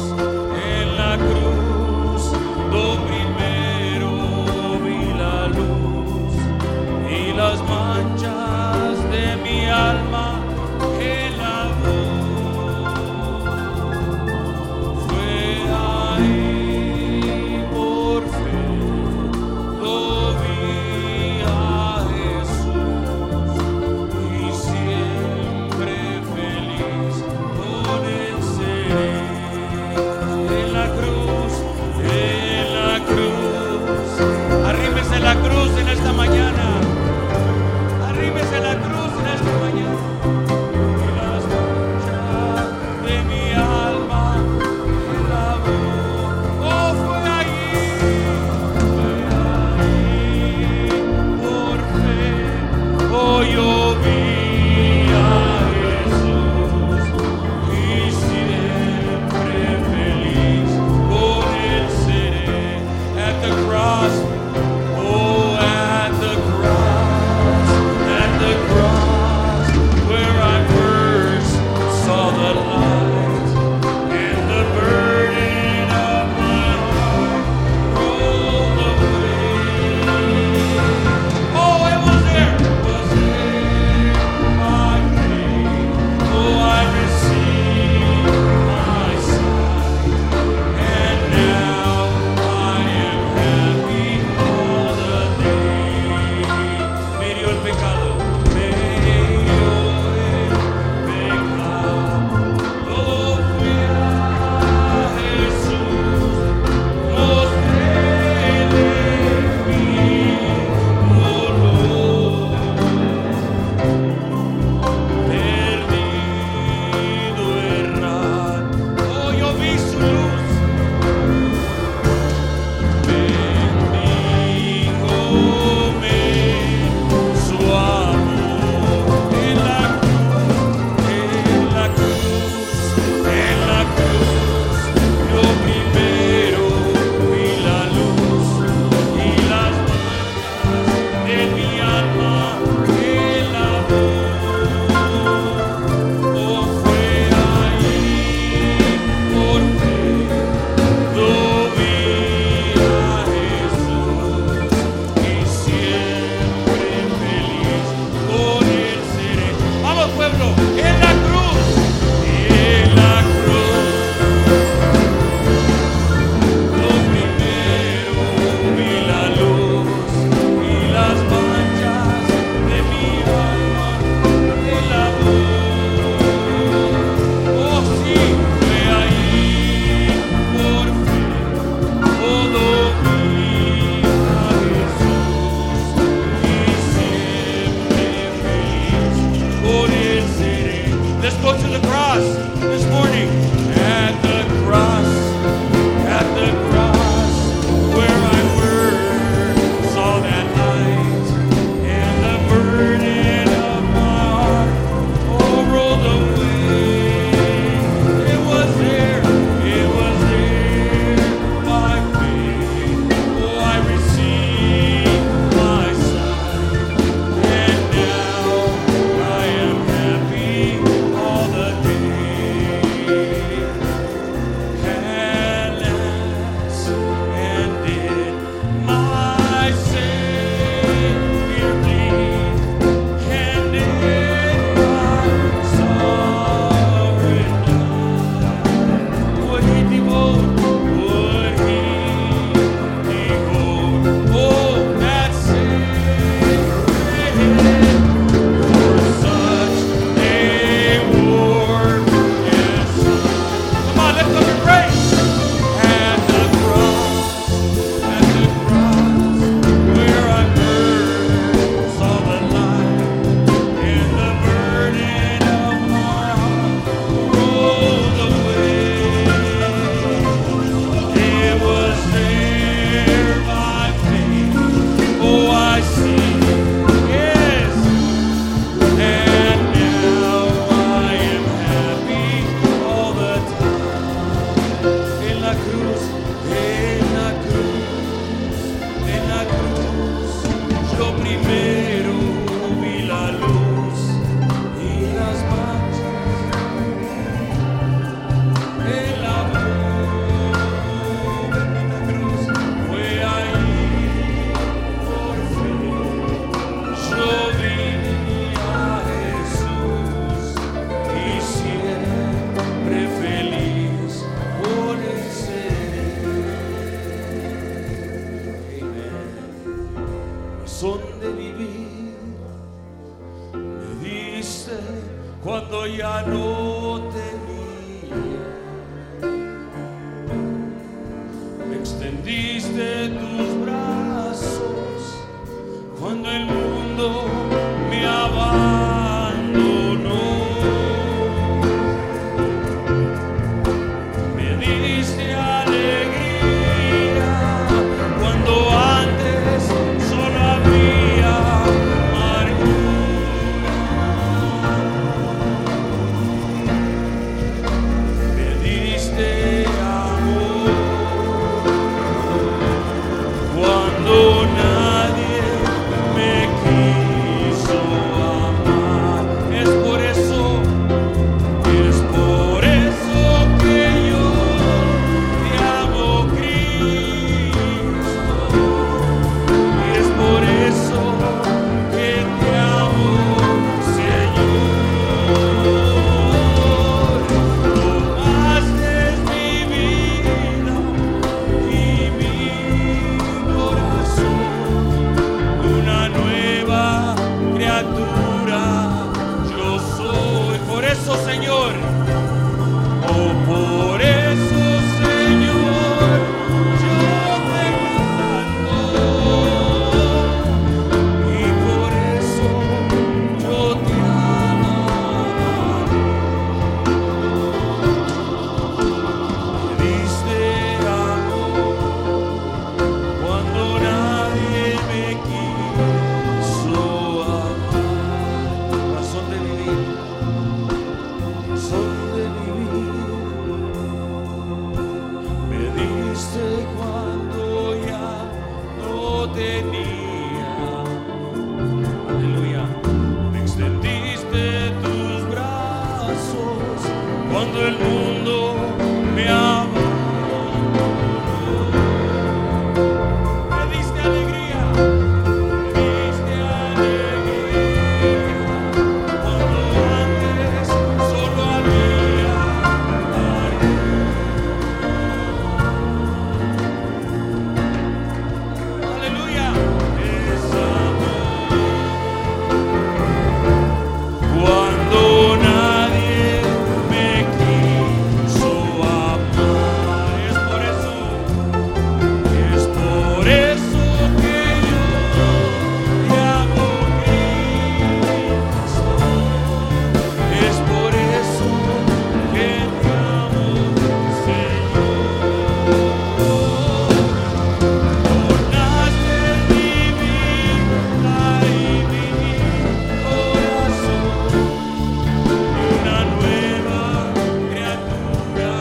A: en la cruz, lo primero vi la luz y las manchas de mi alma que lavó. Fue ahí por fe, lo vi a Jesús y siempre feliz con él seré. En la cruz, en la cruz, arrímese la cruz en esta mañana. Arrímese la cruz en esta mañana y las manchas de mi alma me lavó. Oh, fue allí, fue allí, por fe, oh, yo vi a Jesús y siempre feliz con él seré. At the cross, oh, at the cross. At the cross, where I first Oh, Oh, Oh, Oh, Oh, razón de vivir. Me diste cuando ya no tenía. Me extendiste tus brazos cuando el mundo me abandonó. Me diste alegría cuando antes solo había amargura. Me diste amor cuando nadie me quiso amar. Es por eso es por eso que yo te amo, Cristo. Y es por eso que te amo, Señor. Tomaste mi vida y mi corazón, una nueva criatura. Yo soy por eso, Señor. Oh, por eso, Señor, yo te canto y por eso yo te amo. Me diste amor cuando nadie me quiso amar. Razón de vivir razón de vivir. Me diste cuando ya no tenía. Aleluya. Me extendiste tus brazos cuando el mundo me abandonó. Me diste alegría. Me diste alegría. Cuando antes solo había amargura. Aleluya, es amor. Cuando nadie me quiso amar, es por eso, es por eso que yo te amo, Cristo. Es por eso que te amo, Señor. Tornaste mi vida y mi corazón. Y una nueva criatura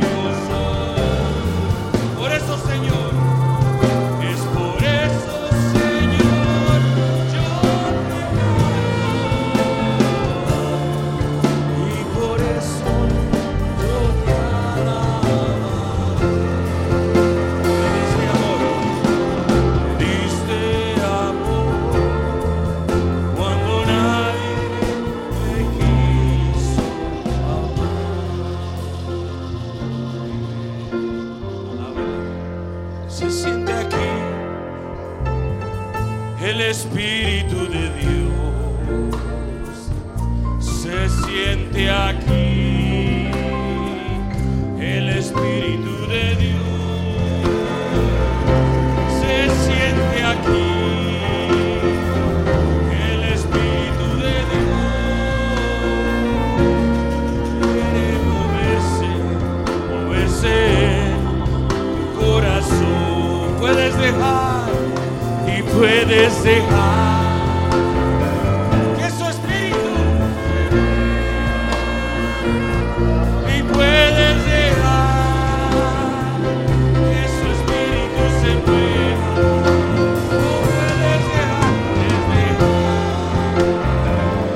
A: yo soy. Por eso, Señor. Es por eso, Señor, yo te y por eso yo te alabaré. Me diste amor, me diste amor, cuando nadie me quiso amar. Se siente aquí el Espíritu de Dios se siente aquí el Espíritu de Dios. Se siente aquí el Espíritu de Dios. Quiere moverse, moverse en tu corazón. Puedes dejar y puedes dejar que su Espíritu y puedes dejar que su espíritu se mueva. Puedes dejar,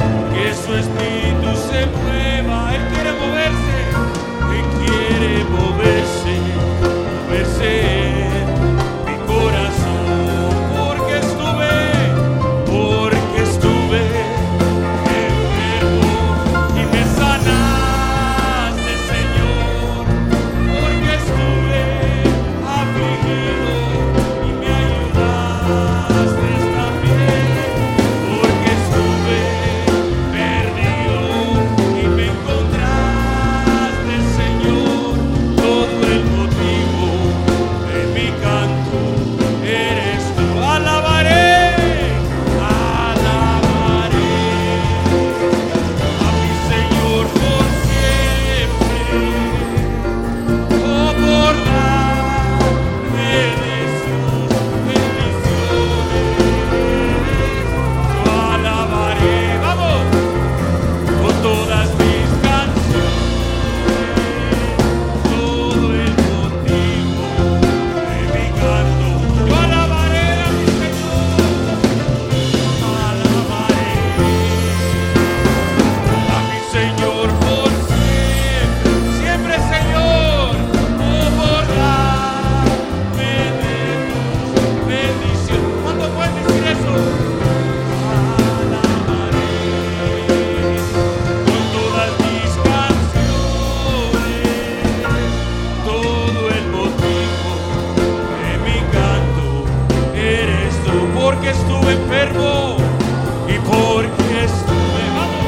A: puedes dejar que su espíritu se mueva. Él quiere moverse, él quiere moverse, moverse en mi corazón, porque estuve oh, porque estuve enfermo y porque estuve. ¡Vamos!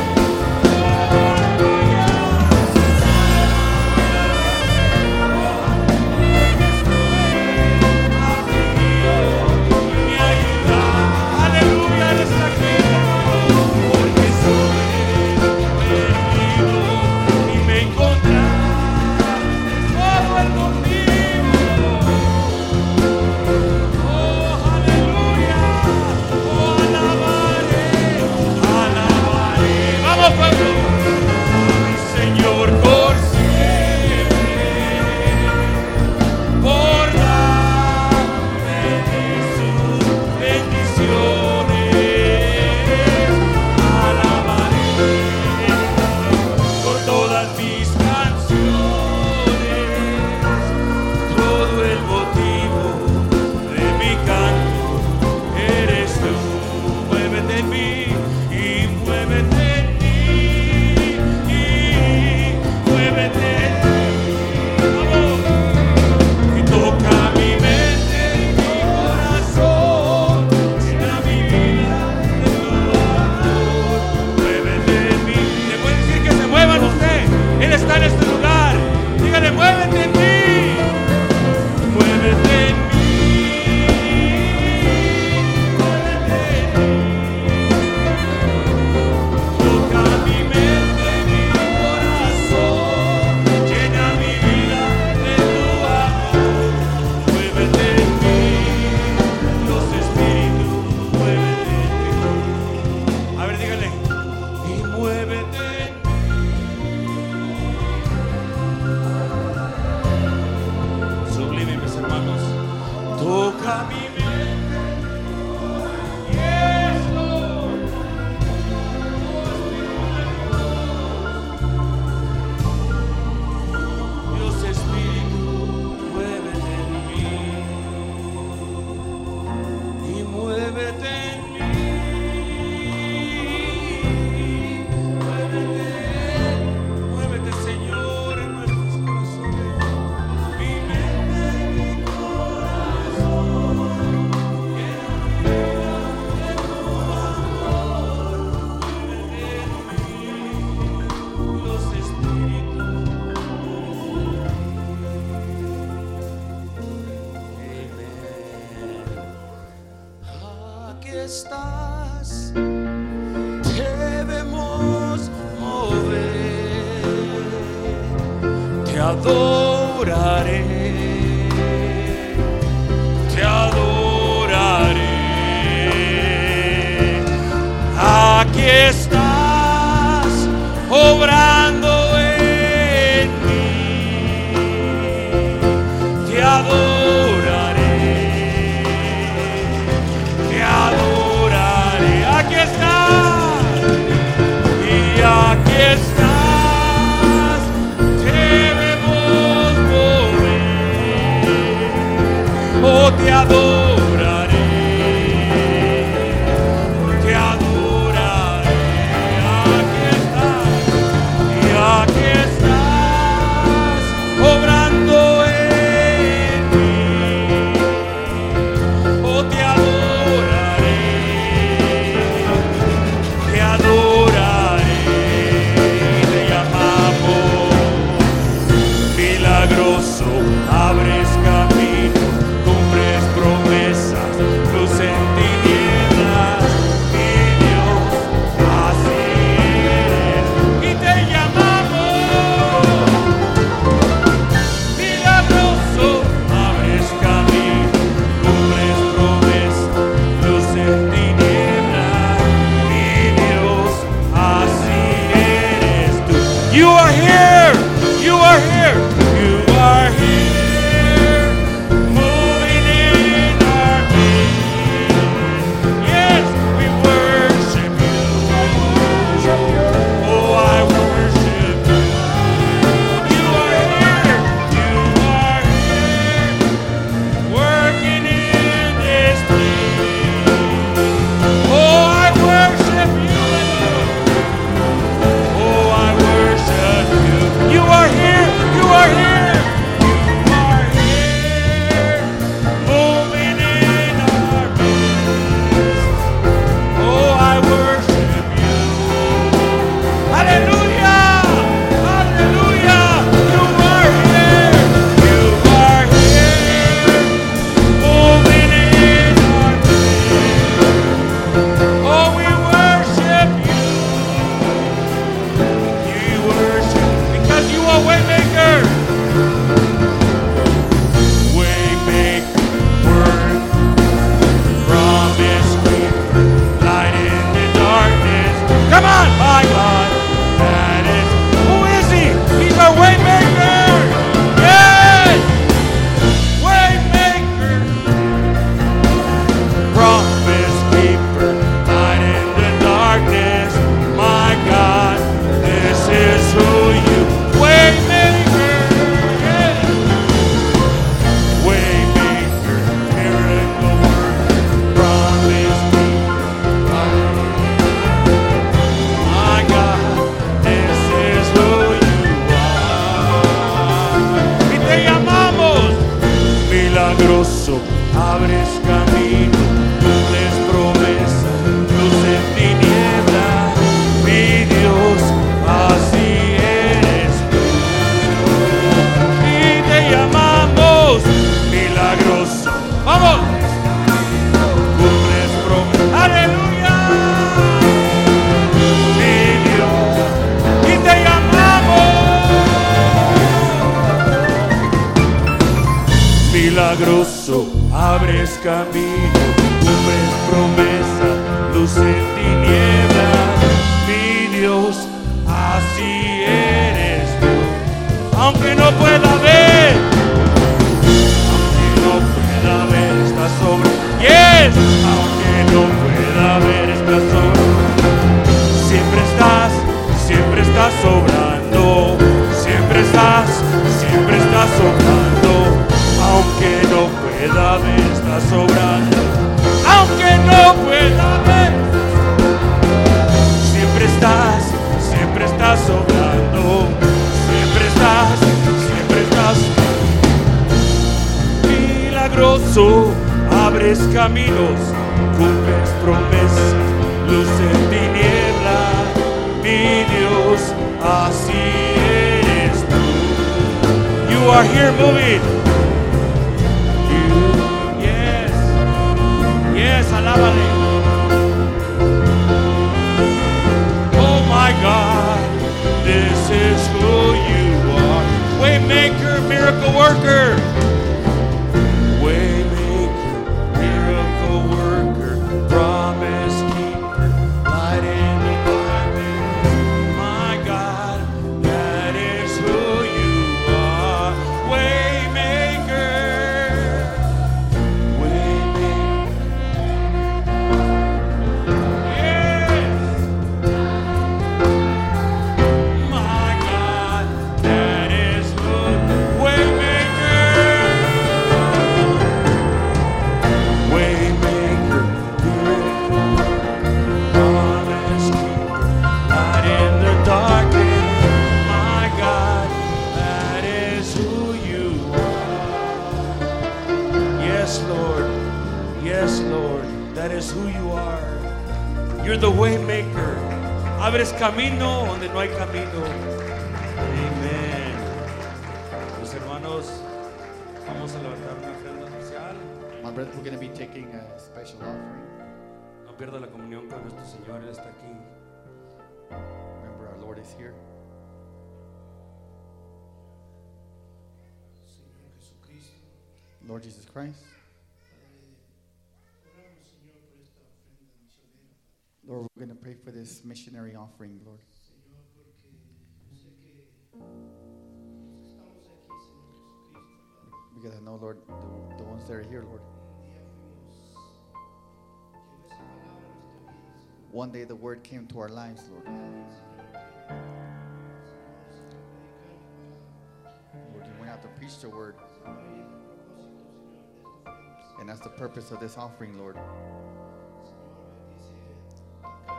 A: mi ayuda. Aleluya, eres aquí, porque soy perdido y me encontraste todo el motivo. Oh, aleluya, oh, alabaré, alabaré. Vamos, pueblo, mi Señor, por siempre, por la de sus bendiciones. Alabaré con todas mis canciones. Todo el motivo de mi canto eres tú. Muévete en mí y muévete en mí y muévete en mí. Vamos. Y toca mi mente y mi corazón, llena mi vida de tu amor. Muévete en mí. Le pueden decir que se muevan ustedes. Él está en este lugar. Dígale, muévete en mí. Muévete en mí. Muévete en mí. Toca mi mente, mi corazón, llena mi vida de tu amor. Muévete en mí, los espíritus, muévete en mí. A ver, dígale. Y muévete en mí. Sublime, mis hermanos. Toca mi mente. Y eso. Dios Espíritu, muévete en mí y muévete en mí. Muévete, muévete Señor en nuestros corazones, mi mente y mi corazón. Los Espíritus. Aquí estás, debemos mover, te adoraré, te adoraré. Aquí estás, obrando en mí, te adoraré te adoraré. Aquí estás, y aquí estás, debemos mover, oh te adoraré, te adoraré. Aquí estás, Oh, Oh, Oh, milagroso, abres camino, cumples promesa, luz en tinieblas, mi Dios, así eres tú, aunque no pueda ver, aunque no pueda ver, estás sobre, yes, aunque no pueda ver, estás sobre, siempre estás, siempre estás sobrando, siempre estás, siempre estás sobrando, aunque no pueda ver, estás sobrando, aunque no pueda ver, siempre estás, siempre estás sobrando, siempre estás, siempre estás milagroso, abres caminos, cumples promesas, luz en tiniebla, mi Dios, así eres tú. You are here moving. You- Yes, yes, alábale. Oh my God, this is who you are. Waymaker, miracle worker. Waymaker, miracle worker, promise keeper, light in the darkness. My God, that is who you are. Waymaker, waymaker. Yes, my God, that is who. Waymaker. Waymaker, promise keeper, light in the darkness. My God, that is who you are. Yes, Lord. Yes, Lord. That is who you are. You're the waymaker. Abres camino donde no hay camino. Amen. Los hermanos, vamos a levantar una ofrenda social.
B: My brother, we're going to be taking a special offering.
A: No pierda la comunión con nuestro Señor, Él está aquí.
B: Remember, our Lord is here.
F: Señor Jesucristo,
B: Lord Jesus Christ.
F: Padre, oramos, Señor, por esta ofrenda misionera,
B: Lord, we're going to pray for this missionary offering, Lord.
F: Señor, porque sé que estamos aquí, Señor Jesucristo, Padre.
B: Because I know, Lord, the, the ones that are here, Lord.
F: Un día fuimos, llegó esa palabra a nuestra vida, Señor.
B: One day the word came to our lives, Lord.
F: Alguien, Señor, que, Señor, se predicar la palabra.
B: Lord, you went out to preach the word,
F: Señor, y es el propósito, Señor, de esta ofrenda, Señor.
B: and that's the purpose of this offering, Lord.
F: Señor, bendice a cada hermano,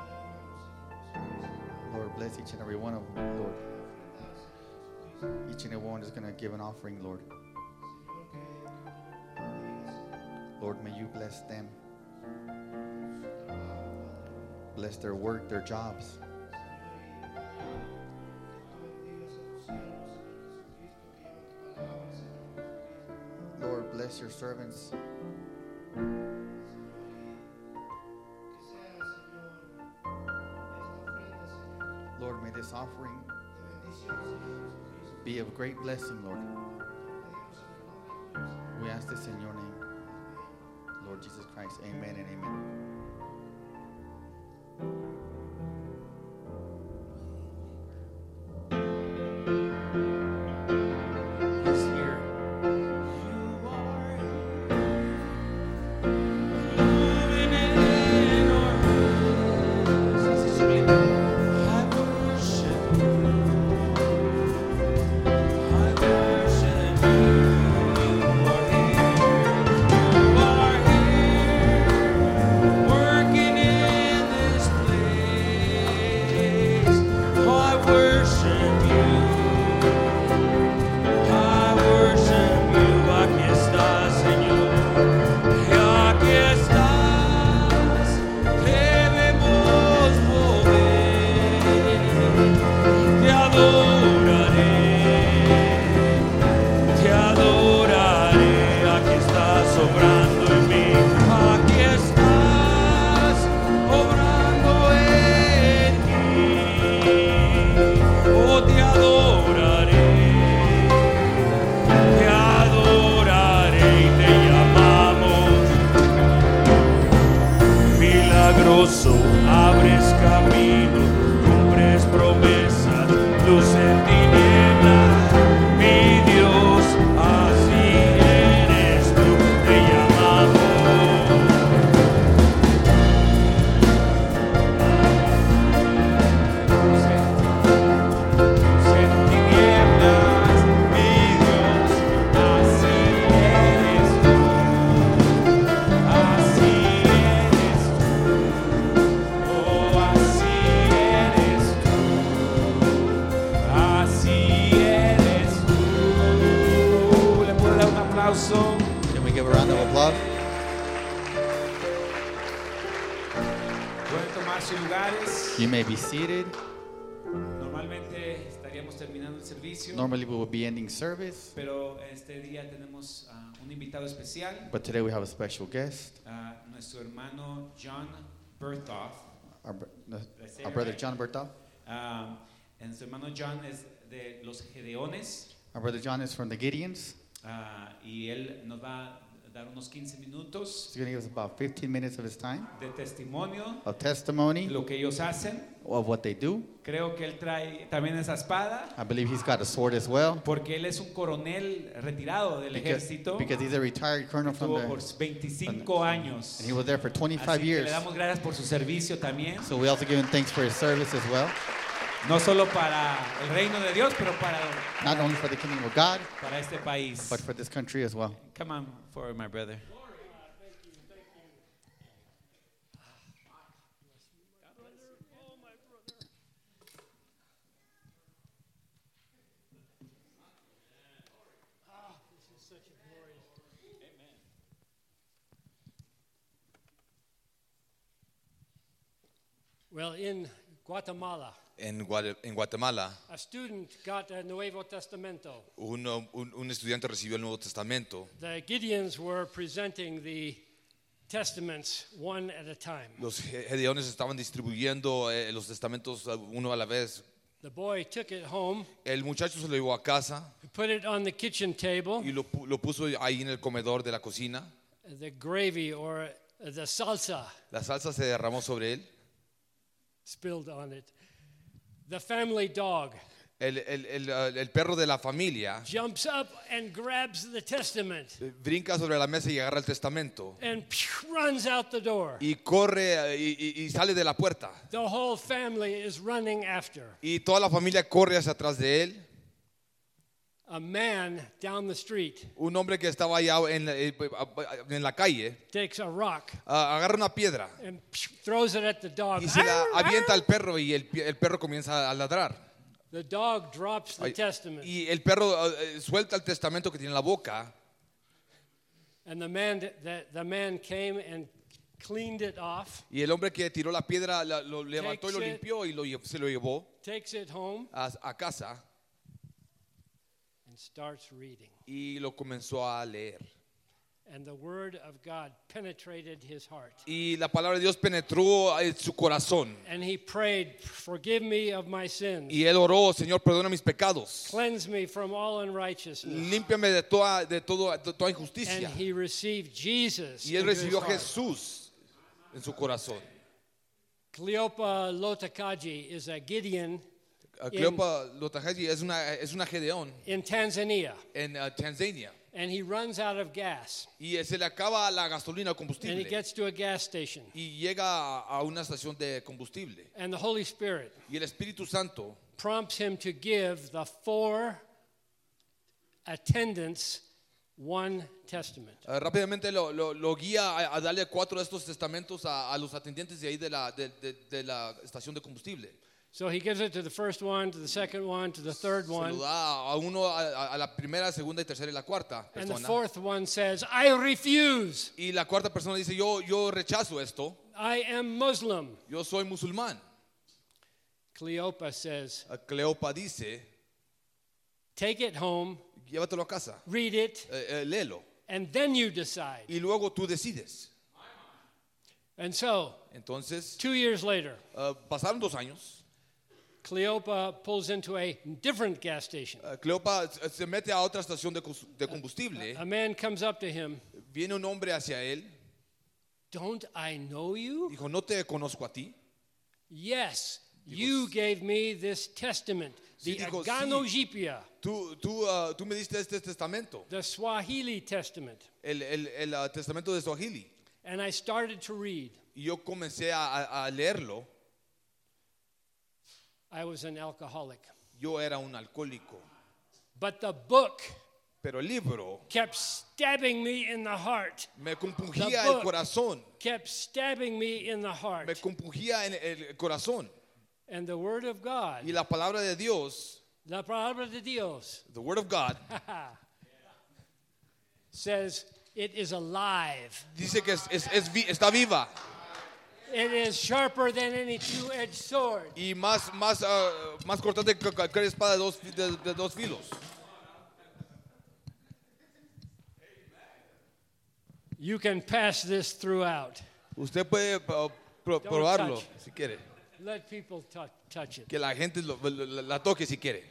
F: Señor Jesucristo,
B: Lord, bless each and every one of them, Lord.
F: que ofrenda, Señor Jesucristo.
B: Each and every one is going to give an offering, Lord.
F: Señor, que tú bendigas, Señor,
B: Lord, may you bless them.
F: su trabajo, Padre.
B: Bless their work, their jobs.
F: Señor, y que tú bendigas a tus siervos, Señor Jesucristo, que llevan tu palabra, Señor, a los hogares, Señor, que llevan tu palabra, Señor, a las familias, Señor, que llevan tu palabra, Señor, a los hogares, Señor, que llevan tu palabra, Señor, a las familias, Señor, que llevan tu palabra, Señor, a los hogares, Señor, que llevan tu palabra, Señor, a las familias, Señor, que llevan tu palabra, Señor, a los hogares, Señor, que llevan tu palabra, Señor, a las familias, Señor, que llevan tu palabra, Señor, a los hogares, Señor, que llevan tu palabra, Señor, a las familias, Señor, que llevan tu palabra, Señor, a los hogares, Señor, que llevan tu palabra, Señor, a las familias, Señor, que llevan tu palabra, Señor, a las familias, Señor, que llevan tu palabra, Señor, a las familias, Señor, que llevan tu palabra, Señor, a las familias, Señor, que palabra, Señor Jesucristo. Que sea, Señor, esta ofrenda, Señor, de bendición, Señor Jesucristo. Pedimos en el nombre de Cristo.
B: Lord, bless your servants. Lord, may this offering be of great blessing, Lord. We ask this in your name, Lord Jesus Christ. Amen and amen.
A: He's here. Moving in our hearts. This is really high worship. High worship. You are here. You are here.
G: poderoso, abres camino, cumples promesas, luz en tinieblas. Mi Dios, así eres tú, te llamamos. en tinieblas, mi Dios, así eres tú, así eres tú, oh así eres tú, así eres tú. Le puedo dar un aplauso.
B: Can we give a round of applause?
G: Pueden tomar sus lugares.
B: You may be seated.
G: Normalmente estaríamos terminando el servicio,
B: Normally we would be ending service,
G: pero este día tenemos ah, un invitado especial,
B: but today we have a special guest,
G: ah, nuestro hermano John Berthoff.
B: our, br- our brother John Bertha.
G: Ah, en su hermano John es de los Gedeones
B: Our brother John is from the Gideons.
G: ah, y él nos va a dar unos 15 minutos
B: He's going to give us about 15 minutes of his time
G: de testimonio
B: of
G: de
B: testimony
G: lo que ellos hacen.
B: of what they do.
G: Creo que él trae también esa espada
B: I believe he's got a sword as well
G: porque él es un coronel retirado del
B: because,
G: ejército.
B: because he's a retired colonel from
G: Estuvo
B: the,
G: por
B: and
G: 25 años.
B: he was there for 25
G: Así que
B: years.
G: le damos gracias por su servicio también,
B: So we also give him thanks for his service as well,
G: no solo para el reino de Dios, pero para,
B: not only for the kingdom of God,
G: para este país.
B: but for this country as well.
G: Come on forward, my brother.
D: Well, in Guatemala,
H: En, Guade- en Guatemala,
D: a student got a Nuevo Testamento.
H: uno- un, un estudiante recibió el Nuevo Testamento.
D: The Gideons were presenting the testaments one at a time.
H: Los ge- gedeones estaban distribuyendo eh, los testamentos eh, uno a la vez.
D: The boy took it home,
H: El muchacho se lo llevó a casa
D: put it on the kitchen table.
H: y lo, pu- lo puso ahí en el comedor de la cocina.
D: The gravy or the salsa
H: La salsa se derramó sobre él.
D: spilled on it. The family dog
H: El, el- el, eh, el perro de la familia
D: jumps up and grabs the testament
H: eh, brinca sobre la mesa y agarra el testamento.
D: and runs out the door.
H: Y corre eh, y, y- y sale de la puerta.
D: The whole family is running after.
H: Y toda la familia corre hacia atrás de él.
D: A man down the street
H: Un hombre que estaba allá en la, eh, en la calle
D: takes a rock
H: ah, agarra una piedra.
D: and throws it at the dog.
H: y se la avienta al perro y el, pi- el perro comienza a ladrar.
D: The dog drops the
H: Ay,
D: testament,
H: Y el perro eh, eh, suelta el testamento que tiene en la boca
D: and the man the, the man came and cleaned it off,
H: y el hombre que tiró la piedra la- lo levantó y lo
D: Takes it.
H: limpió y lo lle- se lo llevó
D: takes it home,
H: a, a casa
D: and starts reading.
H: y lo comenzó a leer.
D: And the word of God penetrated his heart,
H: Y la palabra de Dios penetró en su corazón
D: and he prayed, "Forgive me of my sins,
H: y él oró, Señor, perdona mis pecados.
D: cleanse me from all unrighteousness."
H: Límpiame de toda, de todo, de toda
D: And
H: injusticia.
D: he received Jesus.
H: Y él
D: into his
H: recibió a
D: heart.
H: Jesús en su corazón.
D: Cleopa Lotakaji is a Gideon
H: A Cleopa Lotahaji es una, es una Gedeón
D: in Tanzania,
H: en eh, Tanzania.
D: and he runs out of gas,
H: y eh, se le acaba la gasolina
D: and
H: o
D: he
H: combustible
D: gets to a gas station.
H: y llega a- a una estación de combustible
D: And the Holy Spirit
H: y el Espíritu Santo
D: prompts him to give the four attendants one testament.
H: eh, rápidamente lo, lo- lo guía a, a darle cuatro de estos testamentos a, a los atendientes de ahí de la, de- de- de la estación de combustible.
D: So he gives it to the first one, to the second one, to the third
H: Se lo
D: one.
H: da a uno a, a- a la primera, segunda y tercera y la cuarta
D: And the
H: persona.
D: fourth one says, I refuse.
H: Y la cuarta persona dice, yo, yo rechazo esto,
D: I am Muslim.
H: yo soy musulmán.
D: Cleopa says,
H: Eh, Cleopa dice,
D: Take it home,
H: llévatelo a casa,
D: read it,
H: eh, eh, léelo
D: and then you decide.
H: y luego tú decides.
D: And so,
H: Entonces,
D: two years later,
H: eh, pasaron dos años.
D: Cleopa pulls into a different gas station.
H: Uh, Cleopa eh, se mete a otra estación de, cons- de combustible.
D: A man comes up to him.
H: Viene un hombre hacia él.
D: Don't I know you?
H: Dijo, ¿no te conozco a ti?
D: Yes, you gave me this testament, the
H: Sí, digo, sí.
D: Aganojipia,
H: Tú, tú, ah, tú me diste este testamento,
D: the Swahili testament.
H: el, el- el, ah, testamento de Swahili.
D: And I started to read.
H: Y yo comencé a- a- a leerlo.
D: I was an alcoholic.
H: Yo era un alcohólico.
D: But the book
H: Pero el libro
D: kept stabbing me in the heart,
H: me
D: The
H: compungía
D: book.
H: el corazón.
D: kept stabbing me in the heart.
H: Me compungía en el corazón.
D: And the Word of
H: Y
D: God,
H: la palabra de Dios,
D: la palabra de Dios,
H: the word of God,
D: says it is alive.
H: dice que es- es- es vi- está viva
D: It is sharper than any two edged sword.
H: y más, más, ah, más cortante que cualquier espada de dos, de- de dos filos.
D: You can pass this throughout.
H: Usted puede ah, pro- probarlo
D: touch.
H: si quiere.
D: Let people tou- touch it.
H: Que la gente lo- lo- la, la toque si quiere.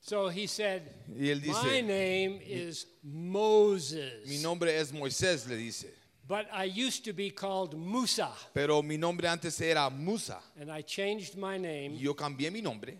D: So he said,
H: Y él
D: My
H: dice,
D: name is Moses,
H: mi nombre es Moisés, le dice.
D: but I used to be called Musa.
H: Pero mi nombre antes era Musa.
D: And I changed my
H: Y
D: name
H: yo cambié mi nombre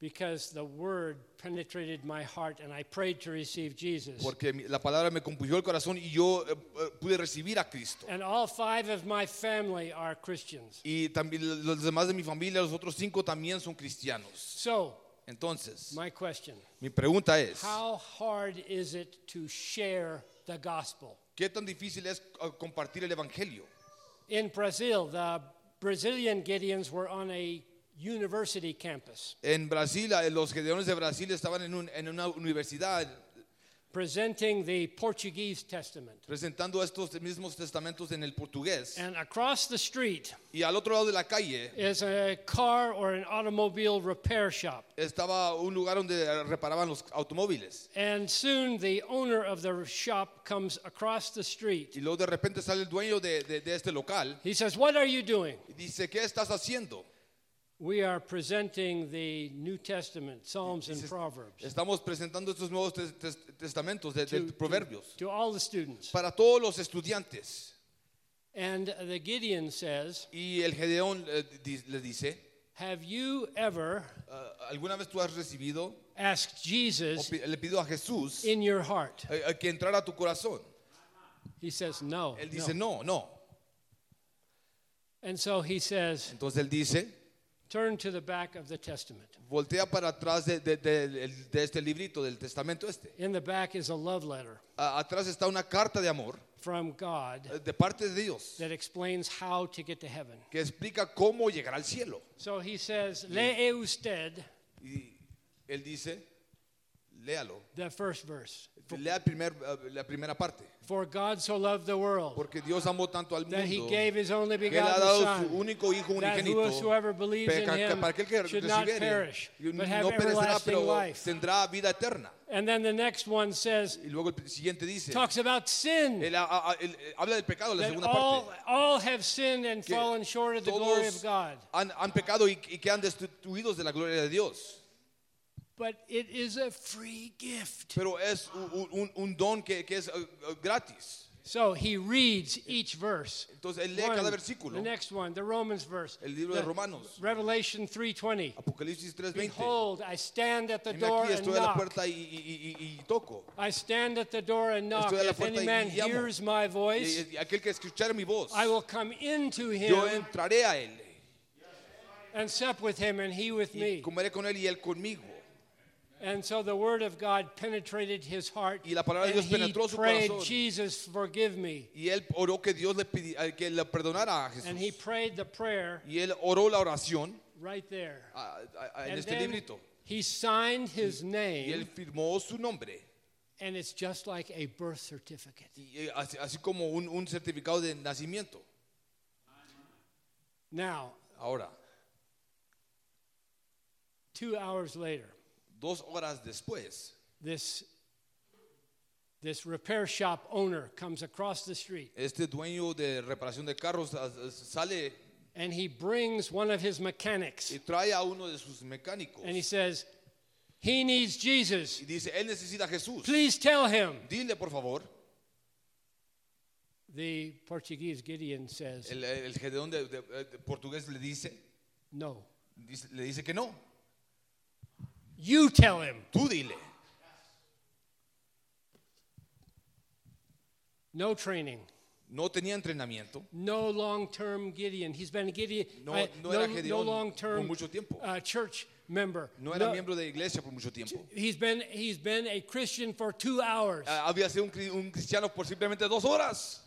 D: because the word penetrated my heart and I prayed to receive Jesus.
H: porque mi- la palabra me compungió el corazón y yo eh, eh, pude recibir a Cristo.
D: And all five of my family are Christians.
H: Y también los demás de mi familia, los otros cinco también son cristianos.
D: So,
H: Entonces,
D: my question
H: mi pregunta es,
D: How hard is it to share the gospel?
H: ¿qué tan difícil es uh, compartir el Evangelio?
D: In Brazil, the Brazilian Gideons were on a university campus
H: En Brasil, eh, los gedeones de Brasil estaban en, un- en una universidad
D: presenting the Portuguese Testament.
H: presentando estos mismos testamentos en el portugués.
D: And across the street
H: Y al otro lado de la calle
D: is a car or an automobile repair shop.
H: estaba un lugar donde eh, reparaban los automóviles.
D: And soon the owner of the shop comes across the
H: Y
D: street.
H: luego de repente sale el dueño de, de- de este local
D: He says, What are you doing?
H: y dice, ¿qué estás haciendo?
D: We are presenting the New Testament, Psalms and Proverbs,
H: Estamos presentando estos nuevos tes- tes- testamentos de, de
D: To- to-
H: proverbios.
D: to all the students.
H: para todos los estudiantes.
D: And the Gideon says,
H: Y el Gedeón eh, di- le dice,
D: Have you ever
H: "Ah, ¿alguna vez tú has recibido?
D: asked
H: o
D: Jesus
H: pi- le pido a Jesús
D: in your heart?
H: eh, eh, que entrara a tu corazón.
D: He says, No.
H: Él
D: Oh, no."
H: dice, no, no.
D: And so he says,
H: Entonces él dice,
D: Turn to the back of the Testament.
H: voltea para atrás de, de- de- de este librito, del testamento este.
D: In the back is a love letter
H: A- atrás está una carta de amor
D: from God
H: eh, de parte de Dios
D: that explains how to get to heaven.
H: que explica cómo llegar al cielo.
D: So he says, Lee usted
H: Y él dice, léalo.
D: the first verse.
H: Lea el primer, eh, la primera parte.
D: For God so loved the world
H: Porque Dios amó tanto al mundo.
D: that he gave his only
H: que le ha
D: begotten
H: dado su
D: Son.
H: único hijo
D: that
H: unigénito
D: whosoever believes
H: pe-
D: in
H: ca-
D: him
H: para aquel que
D: should not
H: recibiere,
D: perish,
H: y
D: but have
H: no perecerá
D: everlasting
H: pero
D: life.
H: tendrá vida eterna
D: And then the next one says,
H: y luego el siguiente dice
D: talks about sin.
H: él ha- ha- ha- él- eh, habla del pecado la
D: that
H: segunda
D: all,
H: parte
D: all have sinned and
H: que
D: fallen short of the glory of
H: todos
D: God.
H: han, han pecado y, y quedan destituidos de la gloria de Dios
D: But it is a free gift.
H: pero es u- u- un, un don que, que es eh, eh, gratis
D: So he reads each verse.
H: entonces él lee cada versículo
D: the next one, the Romans verse.
H: el libro
D: the
H: de Romanos
D: Revelation 3:20.
H: Apocalipsis 3.20
D: Behold, I stand at the
H: Heme
D: door
H: aquí
D: and
H: estoy a la
D: knock.
H: puerta y, y- y- y- y toco
D: I stand at the door and knock.
H: Estoy a la
D: If any
H: puerta y-
D: man
H: y llamo.
D: hears my
H: Y-
D: voice,
H: y- y aquel que escuchara mi voz
D: I will come into
H: yo
D: him
H: entraré a él
D: and sup with him and he with
H: y
D: me.
H: comeré con él y él conmigo.
D: And so the word of God penetrated his heart.
H: Y la palabra de
D: and
H: Dios penetró
D: he
H: su
D: prayed,
H: corazón.
D: Jesus, forgive me.
H: Y él oró que Dios le pidi- eh, que le perdonara a Jesús.
D: And he prayed the prayer
H: Y él oró la oración
D: right there.
H: ah, ah, ah, en
D: And
H: este
D: then
H: librito.
D: He signed his
H: Y él
D: name,
H: firmó su nombre,
D: and it's just like a birth certificate.
H: y, eh, así, así como un, un certificado de nacimiento.
D: Now,
H: Ahora,
D: two hours later,
H: dos horas después,
D: this this repair shop owner comes across the street,
H: este dueño de reparación de carros ah, ah, sale
D: and he brings one of his mechanics,
H: y trae a uno de sus mecánicos.
D: and he says, He needs Jesus.
H: Y dice, él necesita a Jesús.
D: Please tell him.
H: Dile, por favor.
D: The Portuguese Gideon says,
H: El, el el gedeón de, de- de portugués le dice,
D: No.
H: dice- le dice que no.
D: You tell him.
H: Tú dile.
D: No training.
H: No tenía entrenamiento.
D: No long term Gideon. He's been a Gideon.
H: No-
D: I-
H: no era Gedeón
D: no long term
H: por mucho tiempo.
D: uh, church member.
H: No era miembro de la iglesia por mucho tiempo.
D: He's been he's been a Christian for two hours.
H: Ah, Había sido un, cri- un cristiano por simplemente dos horas.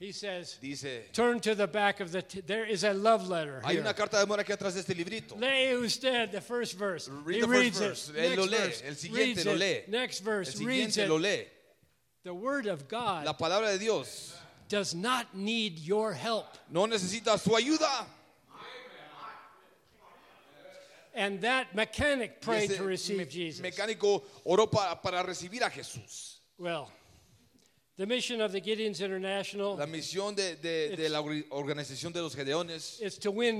D: he says,
H: Dice,
D: turn to the back of the. T- there is a love letter.
H: hay
D: here.
H: una carta de amor aquí atrás de este librito.
D: Leu usted the first verse.
H: Read
D: he
H: the first
D: reads
H: verse.
D: it.
H: Él
D: Next
H: lo lee.
D: verse.
H: El
D: reads
H: siguiente lo lee.
D: It. Next
H: El
D: verse. reads
H: siguiente
D: it.
H: lo lee.
D: The word of God
H: La palabra de Dios
D: does not need your help.
H: no necesita su ayuda.
D: And that mechanic
H: Y
D: prayed
H: ese
D: to receive
H: me-
D: Jesus.
H: mecánico oró pa- para recibir a Jesús.
D: well, the mission of the Gideons International
H: La misión de, de- de la or- organización de los gedeones
D: is to win